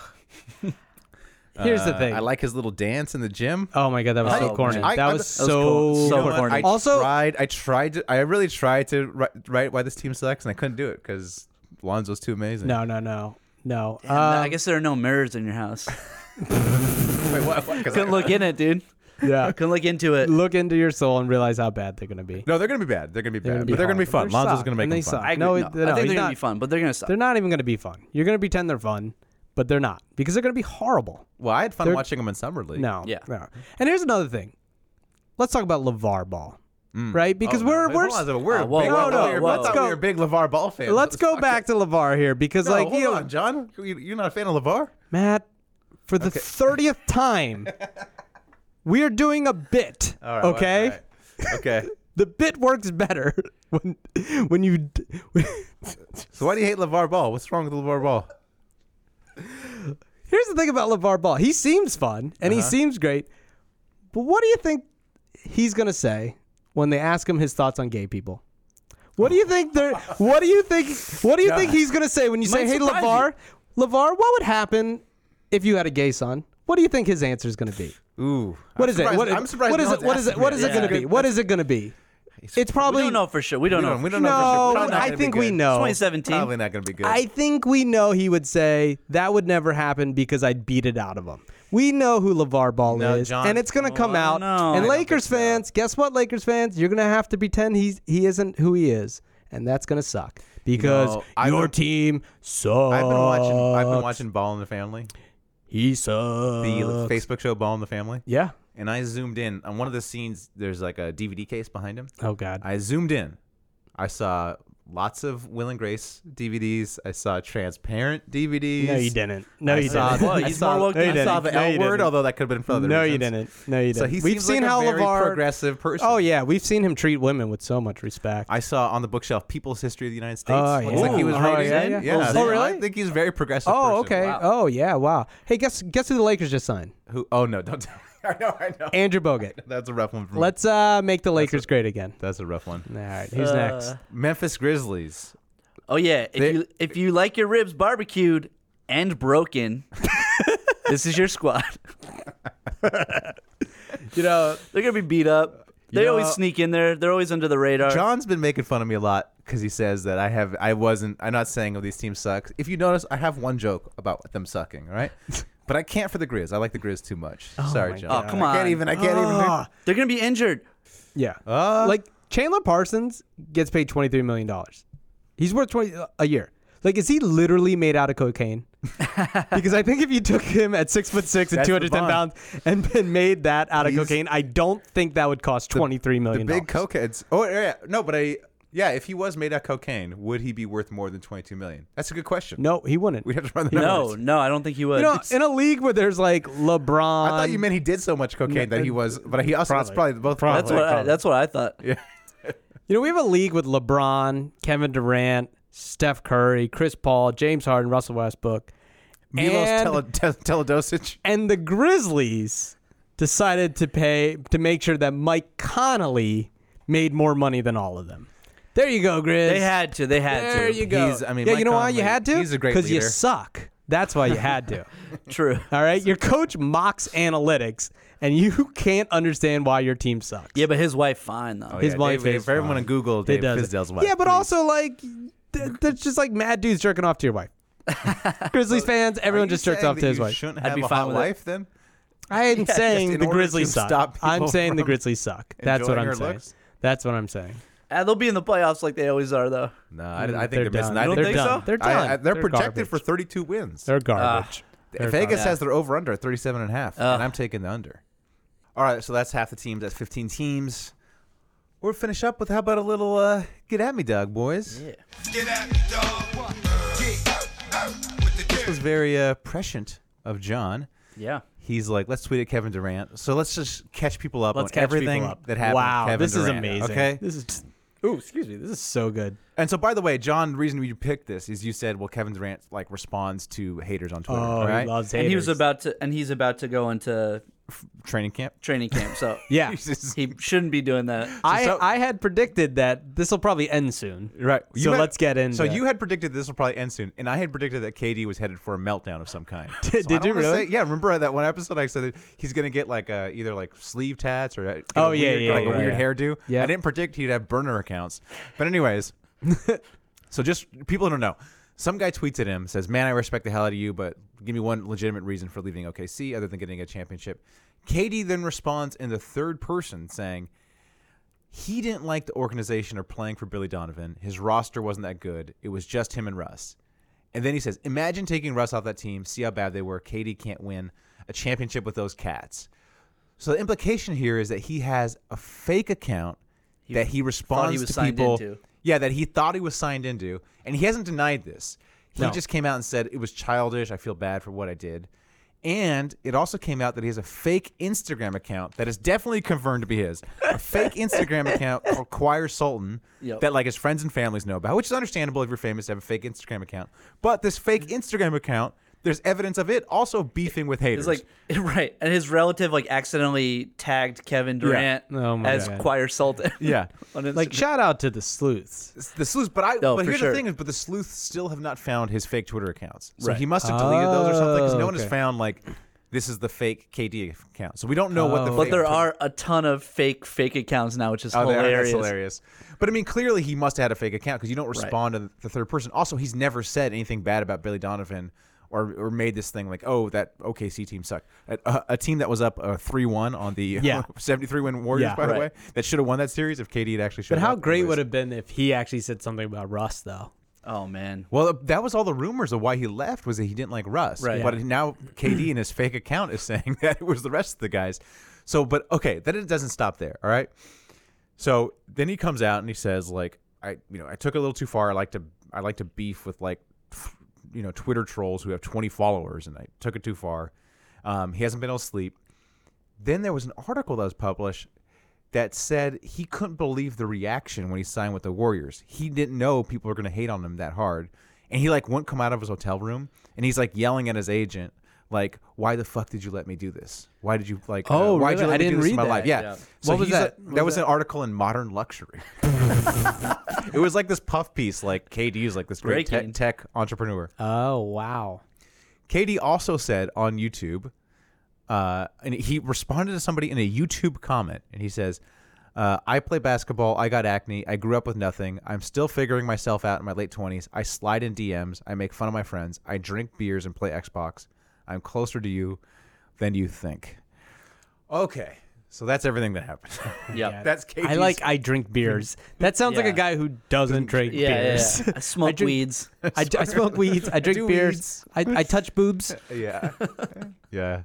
S9: Here's the
S8: Uh,
S9: thing.
S8: I like his little dance in the gym.
S9: Oh my god, that was
S10: I-
S9: so corny.
S8: I-
S9: that
S8: I-
S9: was
S8: that
S10: was
S9: so
S10: cool. So
S9: corny.
S10: corny.
S8: I
S9: Also,
S8: tried. I tried to. I really tried to write, write why this team sucks, and I couldn't do it because Lonzo's too amazing.
S9: no, no, no, no.
S10: And
S9: Um,
S10: I guess there are no mirrors in your house.
S8: Wait, what, what? 'Cause I-
S10: Couldn't look in it, dude.
S9: yeah.
S10: Couldn't look into it.
S9: Look into your soul and realize how bad they're gonna be.
S8: no, they're gonna be bad. They're gonna be bad,
S9: gonna be
S8: but they're gonna be
S9: horrible.
S8: fun.
S9: They're
S8: Lonzo's
S9: suck,
S8: gonna make
S9: and they
S8: them fun.
S9: suck. No, it- no,
S10: I think
S9: he's
S10: they're
S9: not-
S10: gonna be fun, but they're gonna suck.
S9: They're not even gonna be fun. You're gonna pretend they're fun, but they're not because they're gonna be horrible.
S8: Well, I had fun
S9: They're-
S8: watching them in summer league.
S9: No.
S10: Yeah.
S9: No. And here's another thing. Let's talk about LeVar Ball. Right? Because we're
S8: Mm. Oh, Wait, hold on
S9: we're Uh,
S8: a second. we're
S10: Oh, whoa,
S8: big-
S10: whoa,
S8: no,
S10: whoa,
S8: no,
S10: whoa.
S8: Let's go. We're big Levar Ball fans.
S9: Let's go back to LeVar here because,
S8: No,
S9: like,
S8: hold
S9: you know,
S8: on, John. You- You're not a fan of Levar?
S9: Matt, for the thirtieth time, we are doing a bit.
S8: All right,
S9: okay,
S8: all right. Okay.
S9: the bit works better when when you. d- when-
S8: So why do you hate Levar Ball? What's wrong with Levar Ball?
S9: Here's the thing about Levar Ball. He seems fun and
S8: Uh-huh.
S9: he seems great, but what do you think he's gonna say when they ask him his thoughts on gay people? What do you think they're? What do you think? What do you think he's gonna say when you say,
S10: Might
S9: "Hey,
S10: surprise
S9: Levar, Levar, what would happen if you had a gay son?" What do you think his answer is gonna be?
S8: Ooh. I'm
S9: What is it?
S8: surprised-
S9: What,
S8: I'm surprised.
S9: what
S8: no
S9: is it?
S8: one's
S9: What is it?
S8: asking
S9: What
S8: me
S9: is
S8: that.
S9: it going to be? What is it going to be? It's probably
S10: we don't know for sure. We don't
S8: We
S10: know.
S8: don't, we
S10: for
S8: don't
S9: no.
S8: know. for sure. Probably not
S9: I
S8: gonna
S9: think
S8: be
S9: we
S8: good.
S9: know.
S10: sure. 2017.
S8: Probably not going to be good.
S9: I think we know he would say that would never happen because I beat it out of him. We know who LeVar Ball
S8: No,
S9: is,
S8: John.
S9: and it's going to come
S10: I
S9: out.
S10: don't know. I
S9: And
S10: don't
S9: Lakers fans, guess what, Lakers fans, you're going to have to pretend he's he isn't who he is, and that's going to suck because
S8: No, I've
S9: your
S8: been-
S9: team sucks.
S8: I've been watching. I've been watching Ball in the Family,
S9: He
S8: the
S9: sucks.
S8: Facebook show Ball in the Family,
S9: yeah.
S8: and I zoomed in on one of the scenes. There's like a DVD case behind him.
S9: Oh God.
S8: I zoomed in. I saw lots of Will and Grace DVDs. I saw transparent DVDs.
S9: no, you didn't. No, you
S8: saw
S9: didn't.
S8: the-
S10: Well,
S8: I
S10: he's
S8: saw,
S10: more woke
S9: No, you
S10: than-
S8: I
S9: didn't.
S8: saw the
S9: No,
S8: L
S9: you
S8: word,
S9: didn't.
S8: although that could have been for other
S9: No, you
S8: reasons.
S9: didn't. No, you didn't.
S8: So he
S9: We've
S8: seems
S9: seen
S8: like a
S9: how
S8: very
S9: LeVar.
S8: progressive person.
S9: Oh yeah, we've seen him treat women with so much respect.
S8: I saw on the bookshelf People's History of the United States.
S9: Oh,
S8: Looks
S9: yeah.
S8: like he was
S9: Ooh. Oh,
S8: writing
S9: yeah,
S8: in.
S9: yeah.
S8: Yeah,
S9: Oh,
S8: so
S9: really?
S8: I think he's a very progressive.
S9: oh,
S8: person.
S9: okay. Oh yeah, wow. Hey, guess guess who the Lakers just signed?
S8: Who? Oh no, don't. Tell me. I know, I know.
S9: Andrew Bogut.
S8: That's a rough one. For me.
S9: Let's uh make the Lakers great again.
S8: That's a rough one.
S9: All right,
S8: Uh,
S9: who's next?
S8: Memphis Grizzlies.
S10: Oh yeah, if
S8: They-
S10: you if you like your ribs barbecued and broken, this is your squad.
S9: You know,
S10: They're gonna be beat up. They
S8: You know-
S10: always sneak in there. They're always under the radar.
S8: John's been making fun of me a lot because he says that I have I wasn't I'm not saying oh these teams suck. If you notice, I have one joke about them sucking, all right? But I can't for the Grizz. I like the Grizz too much. Sorry, John.
S10: Oh, come
S8: I can't
S10: on.
S8: even. I can't even. do-
S10: They're gonna be injured.
S9: Ah, yeah.
S8: Uh.
S9: like Chandler Parsons gets paid twenty three million dollars. He's worth twenty uh, a year. Like, is he literally made out of cocaine? because I think if you took him at six foot six and
S8: That's the
S9: two hundred ten
S8: bond.
S9: pounds and, and made that out of
S8: He's-
S9: cocaine, I don't think that would cost twenty three
S8: The
S9: million.
S8: big cokeheads. Oh yeah, no, but I yeah. If he was made out of cocaine, would he be worth more than twenty two million? That's a good question.
S9: No, he wouldn't.
S8: we have to run the
S10: No,
S8: numbers.
S10: no, I don't think he would.
S9: You know, in a league where there's like LeBron,
S8: I thought you meant he did so much cocaine that he was, but he also that's
S9: Um, Probably.
S8: probably both.
S10: Uh,
S9: Probably.
S10: that's what I, that's what I thought.
S9: You know, we have a league with LeBron, Kevin Durant, Steph Curry, Chris Paul, James Harden, Russell Westbrook.
S8: Milos
S9: and-
S8: Tele- Te- Teledosic.
S9: and the Grizzlies decided to pay to make sure that Mike Connolly made more money than all of them. There you go, Grizz.
S10: They had to. They had
S9: There
S10: to.
S9: you go.
S8: He's- I mean,
S9: yeah,
S8: Mike
S9: you know why you
S8: Conley,
S9: had to?
S8: he's a great
S9: Because you
S8: leader.
S9: suck. That's why you had to.
S10: True.
S9: all right, your coach mocks analytics, and you can't understand why your team sucks.
S10: Yeah, but his wife fine though.
S9: His wife
S8: Dave, if
S9: is
S8: everyone on Google
S9: It
S8: Dave
S9: does.
S8: Fizdale's wife.
S9: Yeah, but
S8: please.
S9: also like th- that's just like mad dudes jerking off to your wife. Grizzlies fans,
S8: Are
S9: everyone
S8: you
S9: just jerks
S8: saying
S9: off to
S8: that
S9: his
S8: you
S9: wife.
S8: Shouldn't
S10: I'd
S8: have
S10: be
S8: a
S10: fine
S8: hot
S10: with it.
S8: wife then.
S9: I am
S8: just
S9: saying
S8: in
S9: the
S8: order
S9: Grizzlies
S8: to
S9: suck.
S8: stop people
S9: I'm saying the
S8: from
S9: Grizzlies suck. That's what
S8: enjoying
S9: I'm
S8: her
S9: saying.
S8: looks.
S9: That's what I'm saying.
S10: Ah, they'll be in the playoffs like they always are though.
S8: No, I, I think
S9: Mm, They're
S8: they're, missing.
S9: done.
S8: I
S9: They're
S8: think
S10: done.
S8: so.
S9: They're
S8: I- I-
S9: done.
S8: they're,
S9: They're
S8: projected for
S9: garbage.
S8: 32 wins.
S9: They're garbage. they're
S8: Vegas
S9: garbage.
S8: has their over under at 37 and a half, and I'm taking the under. All right, so that's half the teams. That's 15 teams. We'll finish up with how about a little uh, get at me, Doug, boys. Yeah.
S4: Get at me, dog. Get out, out with the
S8: It was very uh, prescient of John.
S10: Yeah.
S8: He's like, let's tweet at Kevin Durant. So let's just catch people up
S9: Let's
S8: on
S9: catch
S8: everything
S9: people up.
S8: that happened. with
S9: Wow,
S8: Kevin
S9: this
S8: Durant,
S9: is amazing.
S8: Okay,
S9: this is. ooh, excuse me. This is so good.
S8: And so, by the way, John, the reason you picked this is you said, well, Kevin Durant like responds to haters on Twitter,
S9: Oh,
S8: right?
S9: he loves haters.
S10: And he was about to, and he's about to go into
S8: Training camp.
S10: training camp, so
S9: Yeah,
S8: Jesus.
S10: he shouldn't be doing that.
S9: I I had predicted that this will probably end soon.
S8: Right.
S9: so let's get into
S8: So
S9: it.
S8: you had predicted this will probably end soon, and I had predicted that KD was headed for a meltdown of some kind. So
S9: Did-
S8: I
S9: did
S8: don't
S9: you
S8: wanna
S9: really?
S8: Say, yeah. Remember that one episode I said that he's gonna get like uh, either like sleeve tats or uh, get
S9: Oh,
S8: a
S9: yeah,
S8: weird,
S9: yeah,
S8: like
S9: yeah,
S8: a weird
S9: yeah.
S8: hairdo.
S9: Yeah.
S8: I didn't predict he'd have burner accounts, but anyways. so just people don't know. Some guy tweets at him says, "Man, I respect the hell out of you, but give me one legitimate reason for leaving OKC other than getting a championship." KD then responds in the third person saying he didn't like the organization or playing for Billy Donovan. His roster wasn't that good. It was just him and Russ. And then he says, Imagine taking Russ off that team, see how bad they were. Katie can't win a championship with those cats. So the implication here is that he has a fake account that he responds
S10: was
S8: to
S10: signed
S8: people.
S10: into.
S8: Yeah, that he thought he was signed into. And he hasn't denied this. He just came out and said, It was childish. I feel bad for what I did. And it also came out that he has a fake Instagram account that is definitely confirmed to be his. A fake Instagram account called Choir Sultan
S10: Yep.
S8: that like his friends and families know about, which is understandable if you're famous to have a fake Instagram account. But this fake Instagram account, there's evidence of it also beefing with haters.
S10: It's like right, and his relative like accidentally tagged Kevin Durant
S9: Oh my
S10: as
S9: God.
S10: choir sultan.
S8: yeah.
S10: on
S9: like
S10: Instagram.
S9: shout out to the sleuths.
S8: The sleuths, but I.
S10: No,
S8: but
S10: for
S8: here's
S10: sure.
S8: the thing: is, but the sleuths still have not found his fake Twitter accounts. So
S10: Right.
S8: he must have deleted those or something because no
S9: Oh,
S8: one has
S9: okay.
S8: found like this is the fake KD account. So we don't know what the.
S10: Oh. but
S8: fake
S10: there
S8: Twitter-
S10: are a ton of fake fake accounts now, which is
S8: Oh, they are.
S10: hilarious.
S8: That's hilarious. But I mean, clearly he must have had a fake account because you don't respond to the third person. Also, he's never said anything bad about Billy Donovan or or made this thing like, oh, that OKC team sucked. A, a- a team that was up uh, three one on the
S9: Yeah.
S8: seventy three win Warriors,
S9: Yeah.
S8: by the way,
S9: Right.
S8: that should have won that series if KD had actually. showed
S9: But how
S8: up.
S9: great
S8: Anyways.
S9: would it have been if he actually said something about Russ though?
S10: Oh man,
S8: Well, that was all the rumors of why he left was that he didn't like Russ.
S10: Right.
S8: But now KD in his fake account is saying that it was the rest of the guys. So, but okay, then it doesn't stop there. All right. So then he comes out and he says, like, I, you know, I took it a little too far. I like to, I like to beef with like, you know, Twitter trolls who have 20 followers, and I took it too far. Um, he hasn't been able to sleep. Then there was an article that was published that said he couldn't believe the reaction when he signed with the Warriors. He didn't know people were going to hate on him that hard. And he like wouldn't come out of his hotel room and he's like yelling at his agent like why the fuck did you let me do this? Why did you like
S9: Oh,
S8: why did
S9: really?
S8: you let
S9: I
S8: me
S9: didn't
S8: do this in
S9: read
S8: my
S9: that.
S8: life? Yeah.
S9: Yeah.
S8: So
S9: What was
S8: he's a-
S9: that? What
S8: that
S9: was
S8: was an article in Modern Luxury. it was like this puff piece like KD is like this great te-
S10: Breaking.
S8: tech entrepreneur.
S9: Oh wow.
S8: Katie also said on YouTube, uh, and he responded to somebody in a YouTube comment, and he says, uh, "I play basketball. I got acne. I grew up with nothing. I'm still figuring myself out in my late twenties. I slide in DMs. I make fun of my friends. I drink beers and play Xbox. I'm closer to you than you think." Okay, so that's everything that happened.
S10: yeah,
S8: that's Katie's.
S9: I like I drink beers. That sounds like
S10: Yeah.
S9: a guy who doesn't drink
S10: yeah, yeah,
S9: beers.
S10: yeah. I smoke
S9: drink-
S10: weeds.
S9: I, I smoke weeds. I drink
S8: do
S9: beers. I, I touch boobs.
S8: yeah, yeah.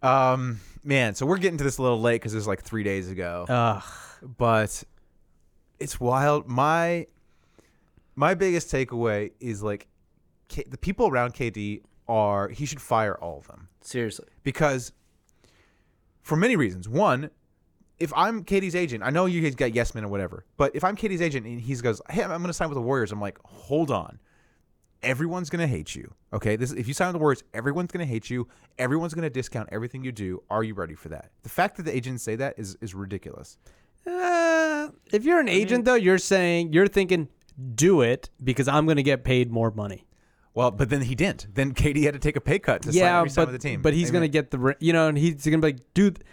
S8: Um, man, so we're getting to this a little late because it was like three days ago.
S9: Ugh.
S8: but it's wild. My my biggest takeaway is like K- the people around KD are he should fire all of them
S10: Seriously,
S8: because for many reasons. One, if I'm Katie's agent, I know you guys got yes men or whatever, but if I'm Katie's agent and he goes, hey, I'm going to sign with the Warriors, I'm like, hold on. Everyone's going to hate you. Okay. This, if you sign with the Warriors, everyone's going to hate you. Everyone's going to discount everything you do. Are you ready for that? The fact that the agents say that is, is ridiculous.
S9: Uh, if you're an agent, though, you're saying you're thinking, do it because I'm going to get paid more money.
S8: Well, but then he didn't. Then Katie had to take a pay cut to sign, resign
S9: but
S8: with the team.
S9: but he's
S8: I
S9: going to
S8: mean-
S9: get the re- you know, and he's going to be like, dude,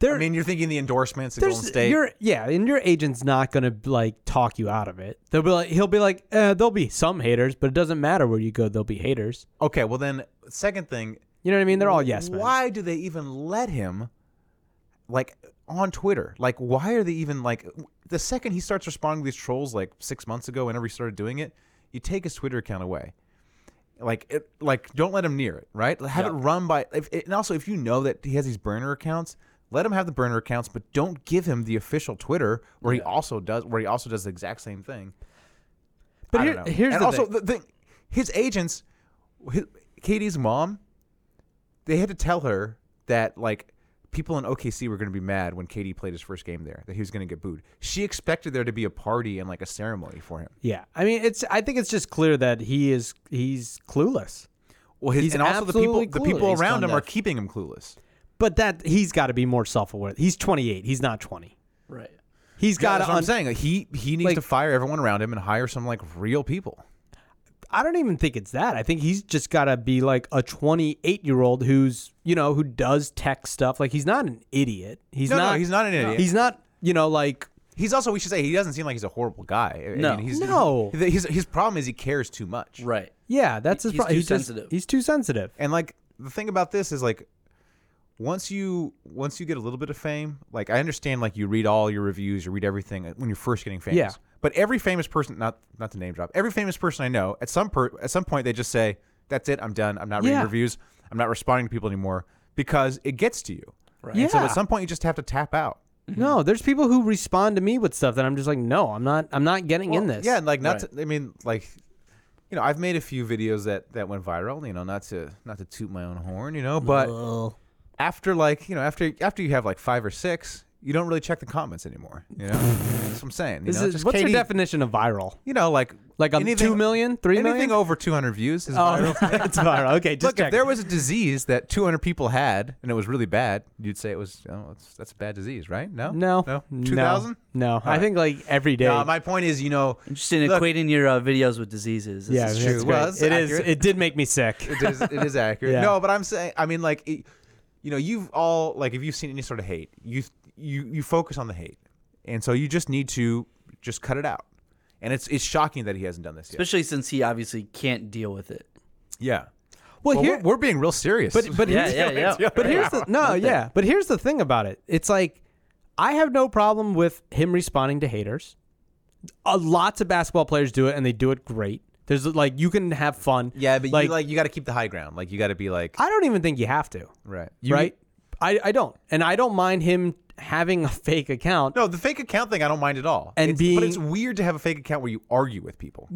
S9: there.
S8: I mean, you're thinking the endorsements at Golden
S9: there's
S8: State.
S9: your yeah, and your agent's not gonna like talk you out of it. They'll be like, he'll be like, uh, there'll be some haters, but it doesn't matter where you go, there'll be haters.
S8: Okay, well then, second thing,
S9: You know what I mean? They're all yes men.
S8: why do they even let him, like, on Twitter? Like, why are they even like? The second he starts responding to these trolls, like six months ago, whenever he started doing it, you take his Twitter account away. Like, it, like, don't let him near it. Right? Have it run by. If, and also, if you know that he has these burner accounts. Let him have the burner accounts, but don't give him the official Twitter where he also does where he also does the exact same thing.
S9: But
S8: I
S9: here-
S8: don't know.
S9: here's
S8: and
S9: the
S8: also
S9: thing.
S8: the thing: his agents, his, Katie's mom, they had to tell her that like people in OKC were going to be mad when Katie played his first game there, that he was going to get booed. She expected there to be a party and like a ceremony for him.
S9: Yeah, I mean, it's. I think it's just clear that he is he's clueless.
S8: Well, his
S9: He's
S8: and also the people
S9: absolutely
S8: the
S9: clueless.
S8: people
S9: He's
S8: around him
S9: tone
S8: are
S9: deaf.
S8: keeping him clueless.
S9: But that he's got to be more self aware. He's 28. He's not 20.
S10: Right.
S9: He's got
S8: That's
S9: to.
S8: what I'm saying. Like, he he needs
S9: like-
S8: to fire everyone around him and hire some like real people.
S9: I don't even think it's that. I think he's just got to be like a 28 year old who's you know who does tech stuff. Like he's not an idiot. He's
S8: No, no,
S9: not.
S8: he's not an idiot.
S9: He's not. You know, like
S8: He's also we should say he doesn't seem like he's a horrible guy. I- I
S10: No.
S8: mean, he's,
S9: No.
S8: His, his his problem is he cares too much.
S10: Right.
S9: yeah, that's his.
S10: He's
S9: pro-
S10: too
S9: he just-
S10: sensitive.
S9: he's too sensitive.
S8: And like the thing about this is like once you once you get a little bit of fame, like I understand like you read all your reviews, you read everything uh, when you're first getting famous.
S9: Yeah.
S8: But every famous person not not to name drop, every famous person I know, at some per, at some point they just say, That's it, I'm done. I'm not reading
S9: Yeah.
S8: reviews, I'm not responding to people anymore because it gets to you. Right. And so
S9: Yeah.
S8: at some point you just have to tap out.
S9: No, there's people who respond to me with stuff that I'm just like, no, I'm not. I'm not getting in this.
S8: Yeah, and like not to, I mean like you know, I've made a few videos that that went viral, you know, not to not to toot my own horn, you know, but after like, you know, after after you have like 5 or 6, you don't really check the comments anymore, you know? That's what I'm saying, you
S9: This
S8: know?
S9: is-
S8: Just
S9: what's
S8: Katie-
S9: your definition of viral?
S8: You know, like
S9: Like a two million, three million?
S8: anything over 200 views is
S9: Oh,
S8: viral.
S9: it's viral. Okay, just
S8: Look, if
S9: checking.
S8: there was a disease that 200 people had and it was really bad, you'd say it was oh, that's, that's a bad disease, right? No,
S9: no,
S8: no,
S9: no,
S8: 2,000.
S9: No, I think like every day.
S8: No, my point is, you know,
S10: Just in
S8: Look-
S10: equating your uh, videos with diseases. This
S9: yeah,
S10: is-
S9: that's
S8: true.
S9: great.
S8: Well, that's
S9: it is.
S8: accurate.
S9: It did make me sick.
S8: it is, it is accurate.
S9: Yeah.
S8: No, but I'm saying, I mean, like, it, you know, you've all like, if you've seen any sort of hate, you you you focus on the hate, and so you just need to just cut it out. And it's it's shocking that he hasn't done this yet.
S10: Especially since he obviously can't deal with it.
S8: yeah.
S9: Well,
S8: Well,
S9: here,
S8: we're, we're being real serious.
S9: but but
S10: Yeah,
S9: here's,
S10: yeah, yeah.
S9: But here's the no, yeah. But here's the thing about it. It's like I have no problem with him responding to haters. Uh, lots of basketball players do it, and they do it great. There's like you can have fun.
S8: yeah, but you like you got to keep the high ground. Like you got to be like
S9: I don't even think you have to.
S8: right,
S9: right? I, I don't, and I don't mind him having a fake account.
S8: No, the fake account thing I don't mind at all.
S9: And
S8: It's-
S9: being-
S8: but it's weird to have a fake account where you argue with people.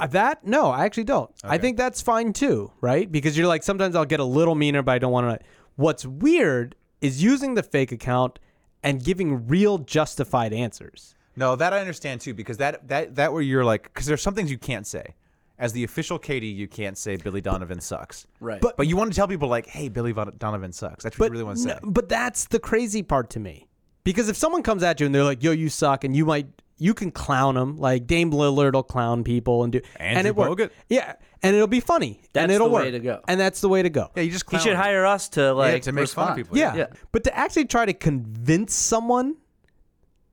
S9: Uh, That no, I actually don't. I think that's fine too, right? Because you're like sometimes I'll get a little meaner, but I don't want to. What's weird is using the fake account and giving real justified answers.
S8: No, that I understand too because that that that where you're like because there's some things you can't say. As the official Katie, you can't say Billy Donovan sucks.
S10: Right.
S8: But but you want to tell people like, hey, Billy Von- Donovan sucks. That's what you
S9: But
S8: really want to say.
S9: no- but that's the crazy part to me, because if someone comes at you and they're like, "Yo, you suck," and you might you can clown them, like Dame Lillard will clown people and do, and
S8: Andrew
S9: it works.
S8: Bogut.
S9: Yeah, and it'll be funny, and
S10: That's
S9: it'll
S10: the way
S9: work,
S10: to go.
S9: and that's the way to go.
S8: yeah, you just
S10: He
S8: clown
S10: should
S8: them.
S10: hire us to like
S8: to make fun
S10: respond.
S8: of people,
S9: Yeah. But to actually try to convince someone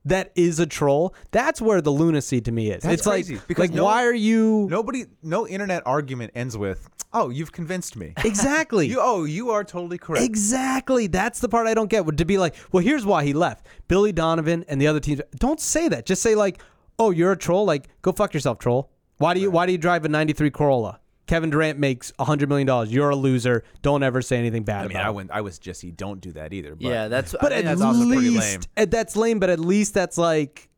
S9: that is a troll, that's where the lunacy to me is.
S8: That's
S9: it's
S8: crazy,
S9: like,
S8: because
S9: like
S8: no-
S9: why are you
S8: Nobody, no internet argument ends with, oh, you've convinced me.
S9: Exactly.
S8: you oh, you are totally correct.
S9: exactly. That's the part I don't get. Would to be like, well, here's why he left. Billy Donovan and the other teams don't say that. Just say like, oh, you're a troll, like go fuck yourself, troll. Why do you why do you drive a ninety three Corolla? Kevin Durant makes hundred million dollars. You're a loser. Don't ever say anything bad
S8: I mean,
S9: about
S8: I
S9: him.
S8: wouldn't. I was just he don't do that either. But.
S10: Yeah, that's
S9: But
S10: I
S9: at
S10: think that's
S9: least
S8: also pretty lame.
S9: at- that's lame. But at least that's like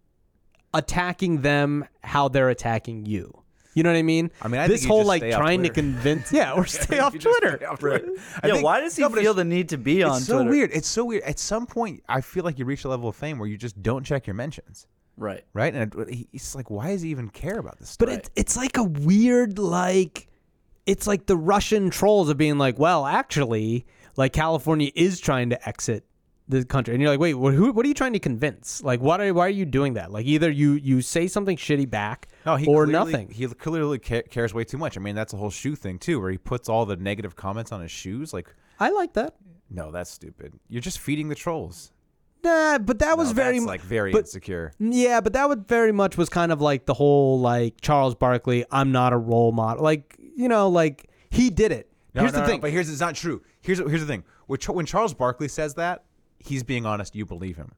S9: attacking them how they're attacking you. You know what I mean?
S8: I mean, I
S9: this
S8: think you
S9: whole
S8: just
S9: like
S8: stay off
S9: trying to
S8: Twitter.
S9: convince, yeah, or stay off
S8: You just-
S9: Twitter.
S8: Right. I
S10: yeah,
S8: think-
S10: why does he
S8: No, but it's-
S10: feel the need to be on
S8: It's so
S10: Twitter?
S8: weird. It's so weird. At some point, I feel like you reach a level of fame where you just don't check your mentions,
S10: Right.
S8: right? And it, he- it's like, why does he even care about this?
S9: But
S8: stuff?
S9: it's it's like a weird like it's like the Russian trolls of being like, well, actually, like California is trying to exit the country, and you're like, wait, what? Who, what are you trying to convince? Like, what are why are you doing that? Like, either you you say something shitty back,
S8: no, he
S9: or
S8: clearly-
S9: nothing.
S8: He clearly ca- cares way too much. I mean, that's the whole shoe thing too, where he puts all the negative comments on his shoes. Like,
S9: I like that.
S8: no, that's stupid. You're just feeding the trolls.
S9: Nah, but that was
S8: No,
S9: very
S8: that's,
S9: mu-
S8: like very
S9: but-
S8: insecure.
S9: Yeah, but that would very much was kind of like the whole like Charles Barkley, I'm not a role model. Like, you know, like he did it.
S8: No,
S9: Here's
S8: no,
S9: the
S8: no,
S9: thing.
S8: but here's it's not true. Here's here's the thing. When Ch- When Charles Barkley says that, he's being honest. You believe him.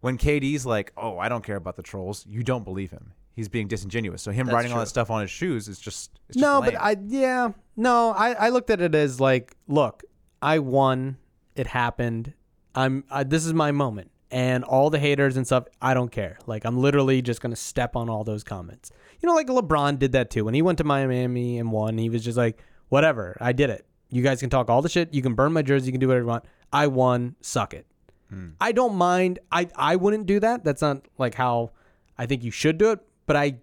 S8: When KD's like, "Oh, I don't care about the trolls," you don't believe him. He's being disingenuous. So him writing all that stuff on his shoes is just it's just
S9: no,
S8: lame.
S9: but I yeah. No, I I looked at it as like, look, I won. It happened. I'm I, this is my moment. And all the haters and stuff, I don't care. Like I'm literally just going to step on all those comments. You know like LeBron did that too. When he went to Miami and won, he was just like, whatever, I did it. You guys can talk all the shit. You can burn my jersey, you can do whatever you want. I won. Suck it.
S8: Hmm.
S9: I don't mind. I I wouldn't do that. That's not like how I think you should do it, but I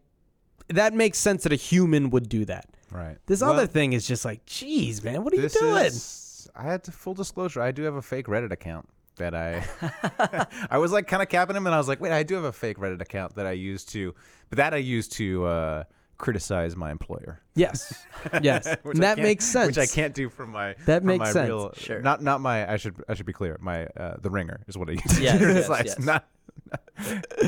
S9: that makes sense that a human would do that.
S8: right.
S9: This
S8: Well,
S9: other thing is just like, geez, man, what are you
S8: this
S9: doing?
S8: is- I had to full disclosure. I do have a fake Reddit account that I I was like kind of capping him, and I was like, "Wait, I do have a fake Reddit account that I use to, but that I use to uh, criticize my employer."
S9: yes, yes,
S8: Which I
S9: that
S8: can't-
S9: makes sense.
S8: Which I can't do from my
S9: That
S8: from
S9: makes
S8: my
S9: sense.
S8: Real,
S10: Sure.
S8: Not not my. I should I should be clear. My uh, the ringer is what I use. It's
S10: Yes, yes,
S8: like-
S10: yes.
S8: it's not-
S9: But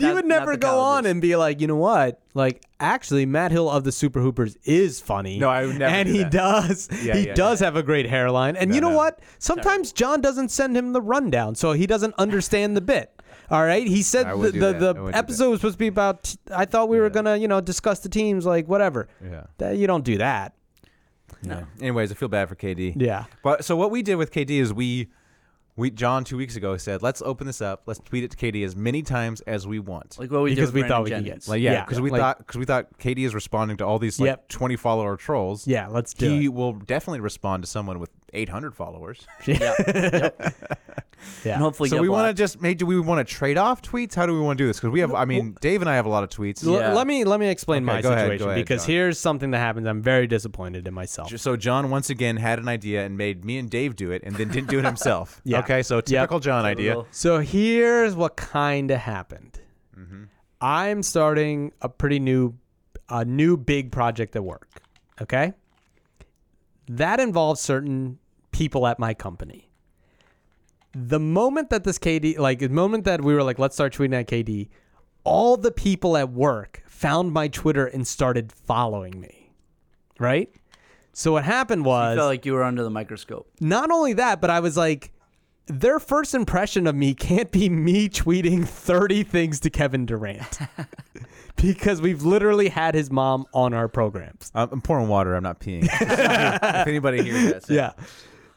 S9: you
S10: Not-
S9: would
S10: not
S9: never
S10: the
S9: go on
S10: colleges.
S9: and be like, you know what? Like, actually, Matt Hill of the Super Hoopers is funny.
S8: No, I would never
S9: And
S8: do
S9: he
S8: that.
S9: does.
S8: Yeah,
S9: he
S8: yeah,
S9: does have a great hairline. And you know
S8: no.
S9: what? Sometimes John doesn't send him the rundown, so he doesn't understand the bit. All right, he said
S8: I
S9: the
S8: would do that.
S9: the,
S8: I
S9: the
S8: would do that.
S9: episode was supposed to be about. t- I thought we were
S8: Yeah.
S9: gonna, you know, discuss the teams, like whatever.
S8: Yeah.
S9: That, you don't do that.
S8: Yeah. Anyways, I feel bad for KD.
S9: Yeah.
S8: But so what we did with KD is we we John two weeks ago said let's open this up. Let's tweet it to KD as many times as we want.
S10: Like what we did
S9: Because
S10: with
S9: we
S10: Brandon
S9: thought we could
S10: Jennings.
S9: get-
S8: Like, yeah,
S9: Yeah.
S8: because we
S9: Like-
S8: thought because we thought KD is responding to all these like
S9: Yep.
S8: twenty follower trolls.
S9: Yeah, let's do
S8: he
S9: it.
S8: will definitely respond to someone with eight hundred followers.
S9: Yeah.
S10: and hopefully
S8: So
S10: get
S8: we want to
S10: blocked.
S8: just maybe do we want to trade off tweets? How do we want to do this? Because we have, I mean, Dave and I have a lot of tweets.
S9: L-
S10: Yeah.
S9: Let me let me explain
S8: Okay,
S9: my
S8: go ahead,
S9: situation
S8: go ahead,
S9: because
S8: John.
S9: here's something that happens. I'm very disappointed in myself.
S8: So John once again had an idea and made me and Dave do it, and then didn't do it himself.
S9: Yeah.
S8: Okay, so
S9: Yep.
S8: typical John idea.
S10: Little-
S9: so here's what kind of happened. I'm starting a pretty new, a new big project at work. Okay, that involves certain people at my company. The moment that this KD, like the moment that we were like, let's start tweeting at KD, all the people at work found my Twitter and started following me. Right. So what happened was
S10: I felt like you were under the microscope.
S9: not only that, but I was like, their first impression of me can't be me tweeting 30 things to Kevin Durant because we've literally had his mom on our programs.
S8: I'm, I'm pouring water. I'm not peeing. if anybody hears that, say-
S9: Yeah.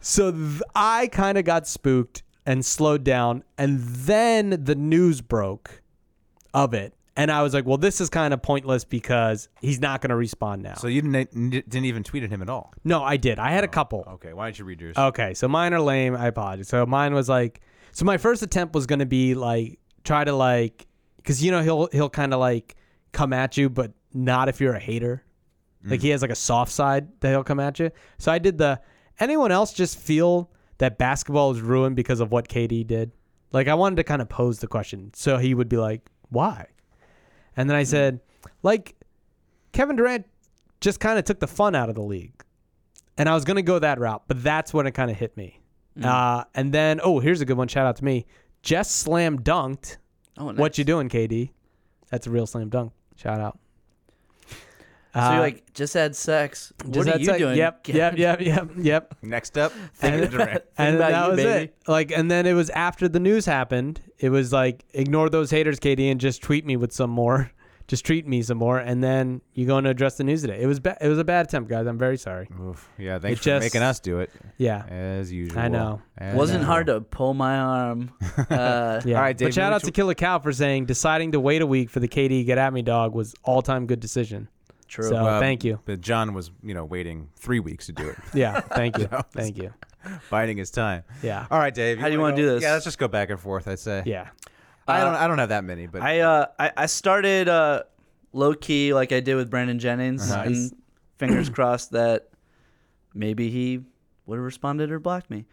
S9: So th- I kind of got spooked and slowed down. And then the news broke of it. And I was like, well, this is kind of pointless because he's not going to respond now.
S8: So you didn't didn't even tweet at him at all.
S9: no, I did. I had a couple.
S8: Okay, why don't you read yours?
S9: Okay, so mine are lame. I apologize. So mine was like, so my first attempt was gonna be like, try to like, because you know he'll he'll kind of like come at you, but not if you're a hater. Like he has like a soft side that he'll come at you. So I did the. Anyone else just feel that basketball is ruined because of what KD did? Like I wanted to kind of pose the question, so he would be like, why? And then I said, like, Kevin Durant just kind of took the fun out of the league and I was gonna go that route, but that's when it kind of hit me.
S10: Mm.
S9: Uh, and then, oh, here's a good one. Shout out to me, Jess slam dunked.
S10: Oh, nice.
S9: What you doing, KD? That's a real slam dunk. Shout out. Uh,
S10: So you're like just had sex. what are
S9: had
S10: you
S9: sex-
S10: doing?
S9: Yep, yep, yep, yep, yep.
S8: Next up,
S9: And-
S8: Kevin Durant.
S9: and
S10: about
S9: that
S10: you,
S9: was
S10: baby.
S9: it. Like, and then it was after the news happened. It was like, ignore those haters, KD, and just tweet me with some more. Just tweet me some more, and then you go and address the news today. It was ba- it was a bad attempt, guys. I'm very sorry.
S8: Oof. Yeah, thanks
S9: It
S8: for
S9: just-
S8: making us do it
S9: Yeah.
S8: as usual.
S9: I know.
S8: As
S10: Wasn't
S8: usual.
S10: hard to pull my arm. Uh,
S9: Yeah.
S8: All right, Dave,
S9: but shout
S8: which
S9: out to
S8: one-
S9: Kill a Cow for saying deciding to wait a week for the KD Get At Me dog was all time good decision.
S2: True.
S9: So
S8: Uh,
S9: thank you.
S8: But John was, you know, waiting three weeks to do it,
S9: Yeah, thank you. thank you.
S8: biding his time.
S9: Yeah.
S8: All right, Dave.
S2: How do you
S8: wanna
S2: wanna do
S8: go-
S2: this? Uh,
S8: Yeah, let's just go back and forth. I'd say.
S9: Yeah.
S8: I don't. I don't have that many, but
S2: I uh I, I started uh low key like I did with Brandon Jennings
S8: Nice.
S2: and fingers crossed that maybe he would have responded or blocked me.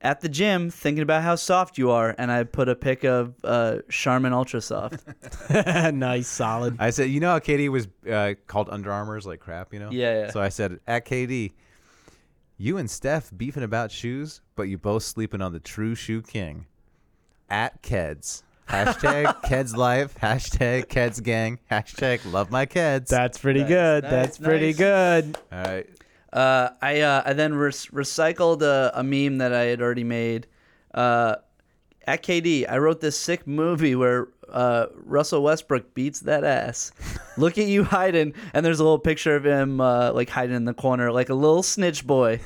S2: At the gym, thinking about how soft you are, and I put a pic of uh, Charmin Ultra Soft.
S9: nice, solid.
S8: I said, you know how KD was uh, called Under Armour's like crap, you know?
S2: Yeah, yeah.
S8: So I said, at KD, you and Steph beefing about shoes, but you both sleeping on the true shoe king. At Keds. Hashtag Keds Life. Hashtag Keds Gang. Hashtag Love My Keds.
S9: That's pretty good.
S2: nice,
S9: That's pretty
S2: nice.
S9: good.
S8: All right.
S2: Uh, I uh, I then rec- recycled a, a meme that I had already made. Uh, at KD, I wrote this sick movie where uh, Russell Westbrook beats that ass. Look at you hiding, and there's a little picture of him uh, like hiding in the corner, like a little snitch boy.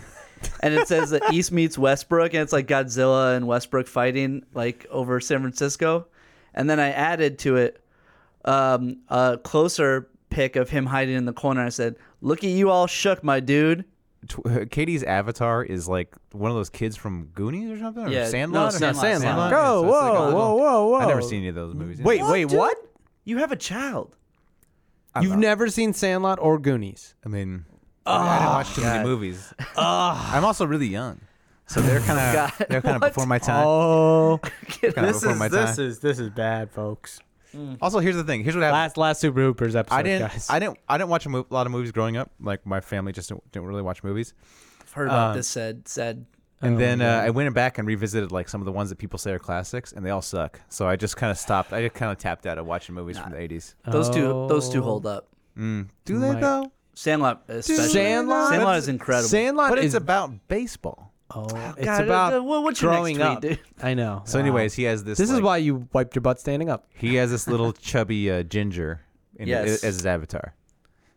S2: And it says that East meets Westbrook, and it's like Godzilla and Westbrook fighting like over San Francisco. And then I added to it um, a closer pic of him hiding in the corner. I said, "Look at you all shook, my dude."
S8: Tw- KD's avatar is like one of those kids from Goonies or something? Or
S2: Yeah,
S8: Sandlot?
S2: no,
S8: or-
S2: Sandlot, Sandlot.
S8: Yeah,
S9: Whoa,
S8: so it's like a
S9: whoa,
S8: little-
S9: whoa, whoa, whoa.
S8: I've never seen any of those movies.
S9: Wait, wait,
S2: dude?
S9: what?
S2: You have a child.
S9: You've never seen Sandlot or Goonies?
S8: I mean,
S9: oh,
S8: I didn't watch too many movies. I'm also really young, so they're kind of they're kind of before my time.
S9: Oh,
S8: Kinda before my time.
S9: is this is bad, folks.
S8: also, here's the thing. Here's what happened.
S9: Last last Super Hoopers episode,
S8: I didn't
S9: guys.
S8: I didn't I didn't watch a mo- lot of movies growing up. Like my family just didn't, didn't really watch movies.
S2: I've heard about
S9: Uh,
S2: this said said.
S9: Oh.
S8: And then uh, I went back and revisited like some of the ones that people say are classics, and they all suck. So I just kind of stopped. I just kind of tapped out of watching movies from the 80s.
S2: Those two those two hold up.
S8: Do they
S9: Uh, my-
S8: though?
S2: Sandlot
S10: uh,
S2: especially.
S9: Sandlot?
S2: Sandlot is incredible.
S9: Sandlot
S8: But
S9: is
S8: it's about baseball.
S9: oh, it's
S2: God, uh,
S9: about
S2: what- what's your next
S9: growing
S2: tweet,
S9: up.
S2: dude?
S9: I know.
S8: So,
S9: Wow.
S8: anyways, he has this.
S9: this is
S8: like-
S9: why you wiped your butt standing up.
S8: He has this little chubby uh, ginger in
S2: Yes.
S8: as his avatar.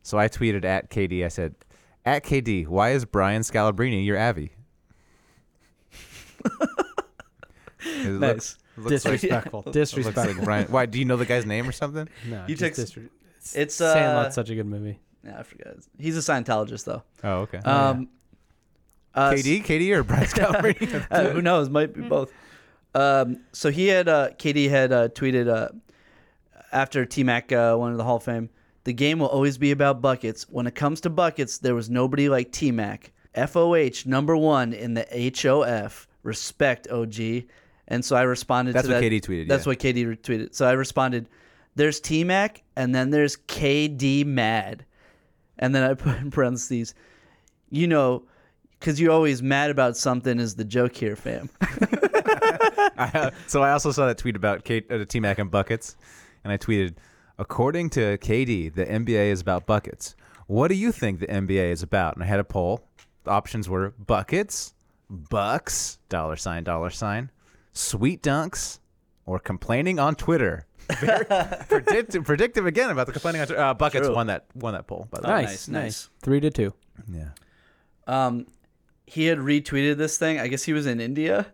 S8: So I tweeted at KD. I said, "At KD, why is Brian Scalabrine your Abby?" It
S2: That's
S8: looks, looks like,
S9: disrespectful.
S8: it looks like
S9: disrespectful.
S8: Brian. Why do you know the guy's name or something?
S9: no,
S2: You
S9: Uh, just
S2: text-
S9: disre-
S2: It's uh,
S9: Sandlot's such a good movie.
S2: yeah, I forgot. He's a Scientologist though.
S8: Oh, okay.
S2: Um, uh,
S8: KD, KD, or Brian Scalabrine?
S2: uh, who knows? Might be both. Um, so he had uh, KD had uh, tweeted uh, after T Mac uh, went to the Hall of Fame. The game will always be about buckets. When it comes to buckets, there was nobody like T Mac. FOH number one in the HOF. Respect OG. And so I responded.
S8: That's
S2: to
S8: what
S2: that.
S8: KD tweeted,
S2: That's
S8: yeah.
S2: what KD retweeted. So I responded. There's T Mac, and then there's KD Mad, and then I put in parentheses you know, because you're always mad about something is the joke here, fam.
S9: Oh,
S8: so I also saw that tweet about K- uh, T Mac and buckets, and I tweeted, according to KD, the NBA is about buckets. What do you think the NBA is about? And I had a poll. The options were buckets, bucks, dollar sign, dollar sign, sweet dunks, or complaining on Twitter. Very predictive, predictive again about the complaining on Twitter. Uh, buckets
S2: True.
S8: won that won that poll. By the way,
S9: Nice, nice. Three to two.
S8: yeah.
S2: Um, he had retweeted this thing. I guess he was in India.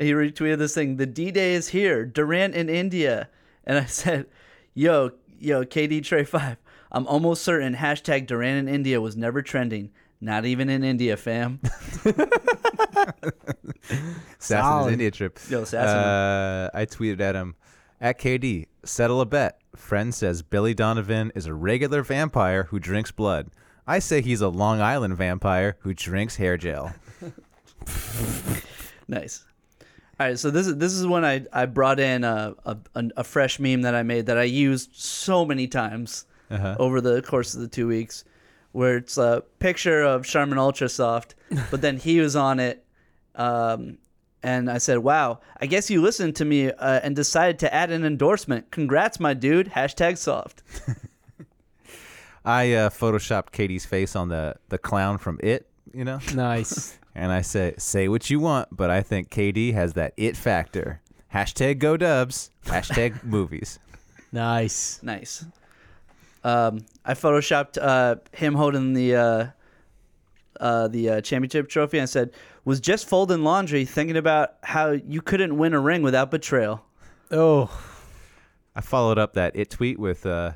S2: He retweeted this thing. The D Day is here. Durant in India. And I said, yo, yo, KD Trey Five. I'm almost certain hashtag Durant in India was never trending. Not even in India, fam.
S8: Sassin's
S9: Solid.
S8: India trip.
S2: Yo, Sassin.
S8: Uh, I tweeted at him at KD. Settle a bet. Friend says Billy Donovan is a regular vampire who drinks blood. I say he's a Long Island vampire who drinks hair gel.
S2: Nice. All right, so this is this is when I, I brought in a, a an- a fresh meme that I made that I used so many times over the course of the two weeks, where it's a picture of Charmin Ultra Soft, but then he was on it, um, and I said, "Wow, I guess you listened to me uh, and decided to add an endorsement. Congrats, my dude." Hashtag soft.
S8: I uh, photoshopped KD's face on the the clown from It. You know,
S9: Nice.
S8: and I say say what you want, but I think KD has that It factor. Hashtag Go Dubs. Hashtag movies.
S9: nice.
S2: Nice. Um, I photoshopped uh, him holding the uh, uh, the uh, championship trophy and said, "Was just folding laundry, thinking about how you couldn't win a ring without betrayal."
S9: Oh,
S8: I followed up that it tweet with, uh,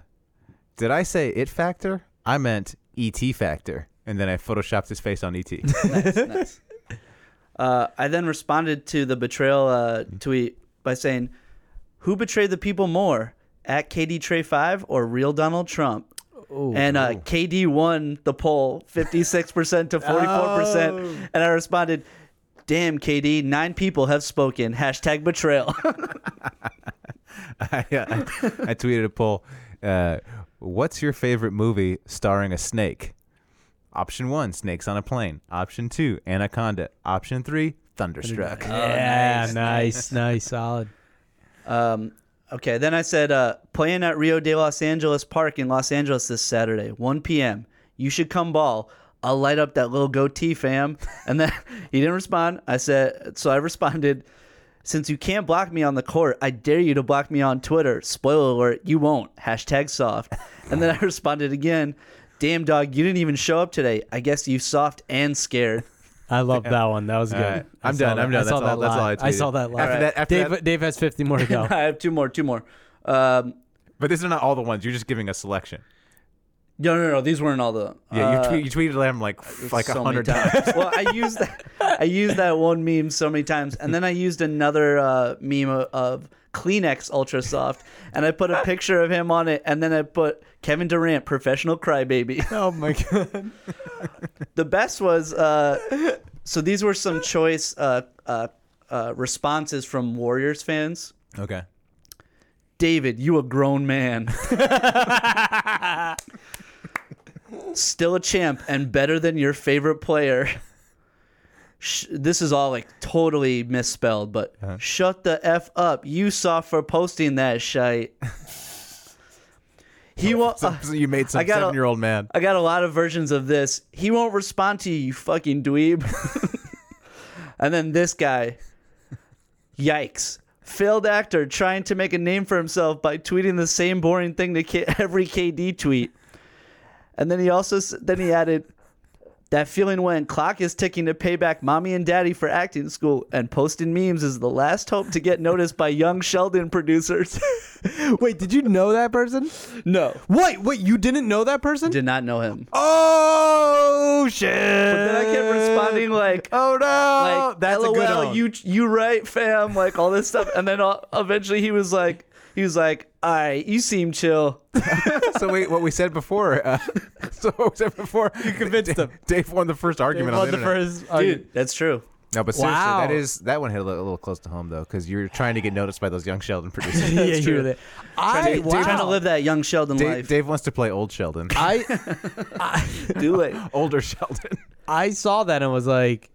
S8: "Did I say it factor? I meant ET Factor, and then I photoshopped his face on E ET.
S10: Nice. Uh, I then responded to the betrayal uh, tweet by saying, "Who betrayed the people more, at KD Trey Five or real Donald Trump?" and uh, KD won the poll, fifty-six percent to forty-four percent, and I responded, "Damn, KD, nine people have spoken. Hashtag betrayal."
S8: I, I, I tweeted a poll. Uh, What's your favorite movie starring a snake? Option one, Snakes on a Plane. Option two, Anaconda. Option three, Thunderstruck.
S9: yeah, nice, nice, solid.
S10: Okay, then I said, uh, playing at Rio de Los Angeles Park in Los Angeles this Saturday, 1 p.m. You should come ball. I'll light up that little goatee, fam. And then he didn't respond. I said, so I responded, since you can't block me on the court, I dare you to block me on Twitter. Spoiler alert, you won't. Hashtag soft. And then I responded again, damn dog, you didn't even show up today. I guess you soft and scared.
S9: I love that one. That was good.
S8: right.
S9: I
S8: I'm
S9: saw
S8: done,
S9: that-
S8: I'm done.
S9: I saw
S8: That's all-
S9: that
S8: that's all I
S9: live.
S8: tweeted.
S9: saw that live.
S8: After that- after
S9: Dave,
S8: that-
S9: Dave has 50 more to go.
S10: I have two more, two more. Um,
S8: But these are not all the ones. You're just giving a selection.
S10: no, no, no. These weren't all the.
S8: Yeah,
S10: uh,
S8: you, tweet, you tweeted them like f- like a
S10: so many
S8: hundred times.
S10: well, I used that, I used that one meme so many times, and then I used another uh, meme of, of Kleenex Ultra Soft, and I put a picture of him on it, and then I put Kevin Durant, professional crybaby.
S9: oh my god.
S10: the best was uh, so these were some choice uh, uh, uh, responses from Warriors fans.
S8: Okay.
S10: David, you a grown man. Still a champ and better than your favorite player. Sh- this is all like totally misspelled, but shut the F up. You soft for posting that shite. He won't.
S8: So, so you made
S10: I
S8: some
S10: got a-
S8: seven year old man.
S10: I got a lot of versions of this. He won't respond to you, you fucking dweeb. and then this guy. Yikes. Failed actor trying to make a name for himself by tweeting the same boring thing to K- every KD tweet. And then he also s- then he added that feeling when clock is ticking to pay back mommy and daddy for acting school and posting memes is the last hope to get noticed by young Sheldon producers.
S9: Wait, did you know that person?
S10: no,
S9: Wait, wait, you didn't know that person?
S10: did not know him.
S8: Oh shit! But
S10: then I kept responding like,
S8: "Oh no,
S10: like
S8: that's
S10: LOL,
S8: a good one."
S10: you you right, fam, like all this stuff, and then all, eventually he was like, he was like, all right, you seem chill.
S8: so wait, what we said before? Uh, so what we said before? You convinced him. Dave won the first argument on the internet.
S10: Dude, that's true.
S8: No, but seriously,
S9: Wow.
S8: that is that one hit a little, a little close to home though, because you're trying to get noticed by those young Sheldon producers.
S9: yeah, you were there. I
S8: Dave- Dave-
S10: Trying to
S9: wow.
S10: live that young Sheldon
S8: Dave,
S10: life.
S8: Dave wants to play old Sheldon,
S9: I
S10: Do it.
S8: older Sheldon.
S9: I saw that and was like,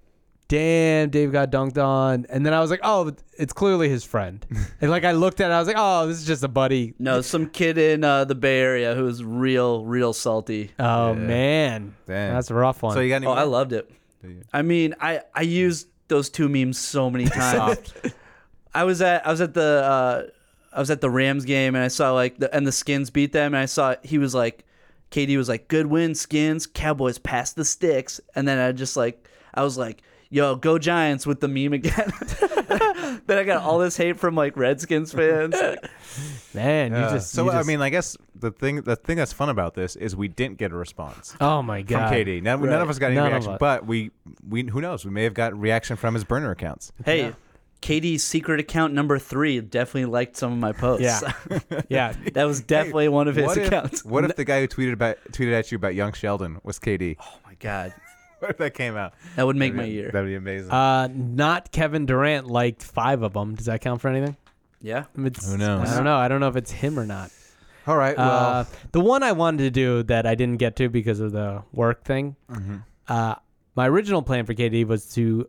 S9: damn, Dave got dunked on. And then I was like, oh, it's clearly his friend. and like I looked at it, I was like, oh, this is just a buddy.
S10: No, some kid in uh, the Bay Area who's real, real salty.
S9: Oh man.
S8: Damn.
S9: That's a rough one.
S8: So you got any?
S10: Oh,
S8: more?
S10: I loved it. I mean, I I used those two memes so many times. I was at I was at the uh, I was at the Rams game and I saw like the and the Skins beat them and I saw he was like KD was like good win Skins Cowboys pass the sticks and then I just like I was like yo go Giants with the meme again. then I got all this hate from like Redskins fans.
S9: man, you
S8: Yeah.
S9: just
S8: Uh, so
S9: you
S8: I
S9: just-
S8: mean, I guess the thing the thing that's fun about this is we didn't get a response.
S9: Oh my
S8: From
S9: god.
S8: KD, none, none of us got any
S9: None of
S8: reaction,
S9: us.
S8: but we, we who knows? We may have got reaction from his burner accounts.
S10: Hey, KD's secret account number three definitely liked some of my posts.
S9: Yeah. Yeah.
S10: that was definitely one of his
S8: what if,
S10: accounts.
S8: What if the guy who tweeted about tweeted at you about young Sheldon was KD?
S10: Oh my God.
S8: What if that came out?
S10: That would make my year.
S8: That'd be amazing.
S9: Uh, not Kevin Durant liked five of them. Does that count for anything?
S10: yeah.
S9: It's-
S8: Who knows?
S9: I don't know. I don't know if it's him or not.
S8: All right. Well,
S9: Uh, the one I wanted to do that I didn't get to because of the work thing. Uh, my original plan for KD was to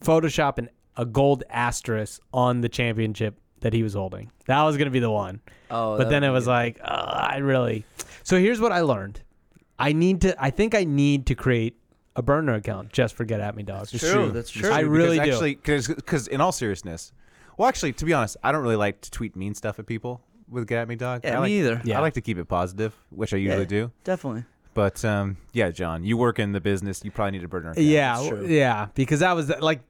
S9: Photoshop an, a gold asterisk on the championship that he was holding. That was going to be the one.
S10: Oh,
S9: but then it was like, uh, I really. So here's what I learned. I need to. I think I need to create a burner account just for Get At Me Dogs.
S10: true. That's true.
S9: I really do.
S8: actually, Because, in all seriousness, well, actually, to be honest, I don't really like to tweet mean stuff at people with Get At Me Dog.
S10: Yeah,
S8: I
S10: me
S8: like,
S10: either.
S9: Yeah.
S8: I like to keep it positive, which I usually do.
S10: Definitely.
S8: But um, yeah, John, you work in the business. You probably need a burner account.
S9: Yeah,
S10: That's
S9: w-
S10: true.
S9: yeah, because that was like,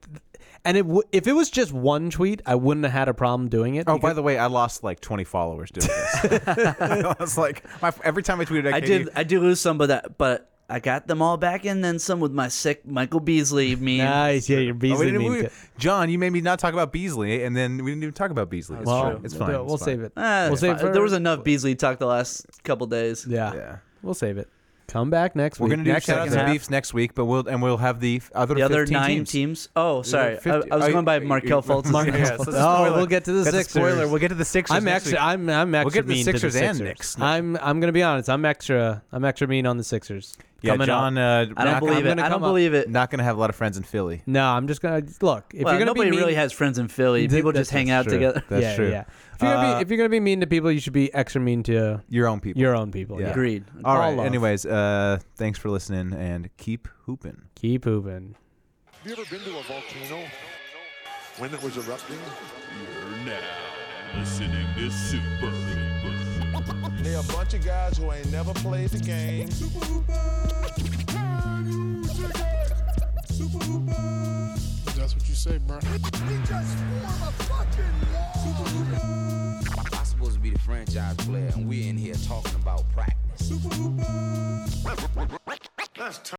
S9: And it w- if it was just one tweet, I wouldn't have had a problem doing it.
S8: Oh, by the way, I lost like 20 followers doing this. I was like, my, every time I tweeted, at
S10: I
S8: Katie,
S10: did I do lose some, but that but I got them all back, and then some with my sick Michael Beasley meme.
S9: nice, yeah, your
S8: Oh, we
S9: Beasley
S8: didn't-
S9: meme.
S8: we-
S9: too.
S8: John, you made me not talk about Beasley, and then we didn't even talk about Beasley. It's
S9: Oh, well,
S8: true. It's fine.
S9: We'll
S8: it's fine.
S9: save it.
S10: Ah,
S9: we'll
S10: it's
S9: save
S10: fine.
S9: it.
S10: there was enough Beasley talk the last couple days.
S9: Yeah.
S8: Yeah.
S9: we'll save it. Come back next
S8: We're
S9: week.
S8: gonna do
S9: next
S8: shout outs
S9: episode.
S8: and beefs next week, but we'll and we'll have the f- other
S10: The other
S8: 15
S10: nine teams.
S8: teams.
S10: Oh, sorry, I, I was
S8: 15 oh,
S10: going by
S8: you-
S10: Markel
S8: you-
S10: Fultz.
S8: Markel
S10: Yeah.
S8: Fultz. That's a
S9: Oh,
S8: spoiler.
S9: we'll get to the
S8: That's a
S9: Sixers.
S8: spoiler. We'll get to the Sixers.
S9: I'm
S8: next
S9: extra.
S8: week.
S9: I'm I'm extra
S8: get to the
S9: mean
S8: Sixers
S9: to the
S8: and
S9: Sixers.
S8: Knicks.
S9: I'm I'm gonna be honest. I'm extra. I'm extra mean on the Sixers.
S8: yeah,
S9: Coming up.
S8: John. Uh,
S10: I don't
S8: not gonna-
S10: believe
S8: I'm
S10: it.
S8: gonna
S10: I don't
S8: come up-
S10: believe it.
S8: Not going to have a lot of friends in Philly.
S9: No, I'm just gonna look. If you're
S10: Well,
S9: gonna
S10: nobody
S9: be mean,
S10: really has friends in Philly.
S9: Th-
S10: People just
S9: that's-
S10: hang
S9: that's
S10: out
S9: true.
S10: together.
S8: That's
S9: yeah,
S8: true.
S9: Yeah. If you're,
S8: Uh,
S9: gonna be, if you're gonna be mean to people, you should be extra mean to
S8: Your own people.
S9: your own people.
S8: Yeah.
S9: Yeah.
S10: Agreed.
S8: All
S9: all
S8: right.
S9: love.
S8: Anyways, uh, thanks for listening and keep hooping.
S9: Keep hooping.
S3: Have you ever been to a volcano when it was erupting?
S5: You're now listening to Super Hooper.
S3: They're a bunch of guys who ain't never played the game. Super That's what you say, bro.
S7: I'm supposed to be the franchise player, and we're in here talking about practice.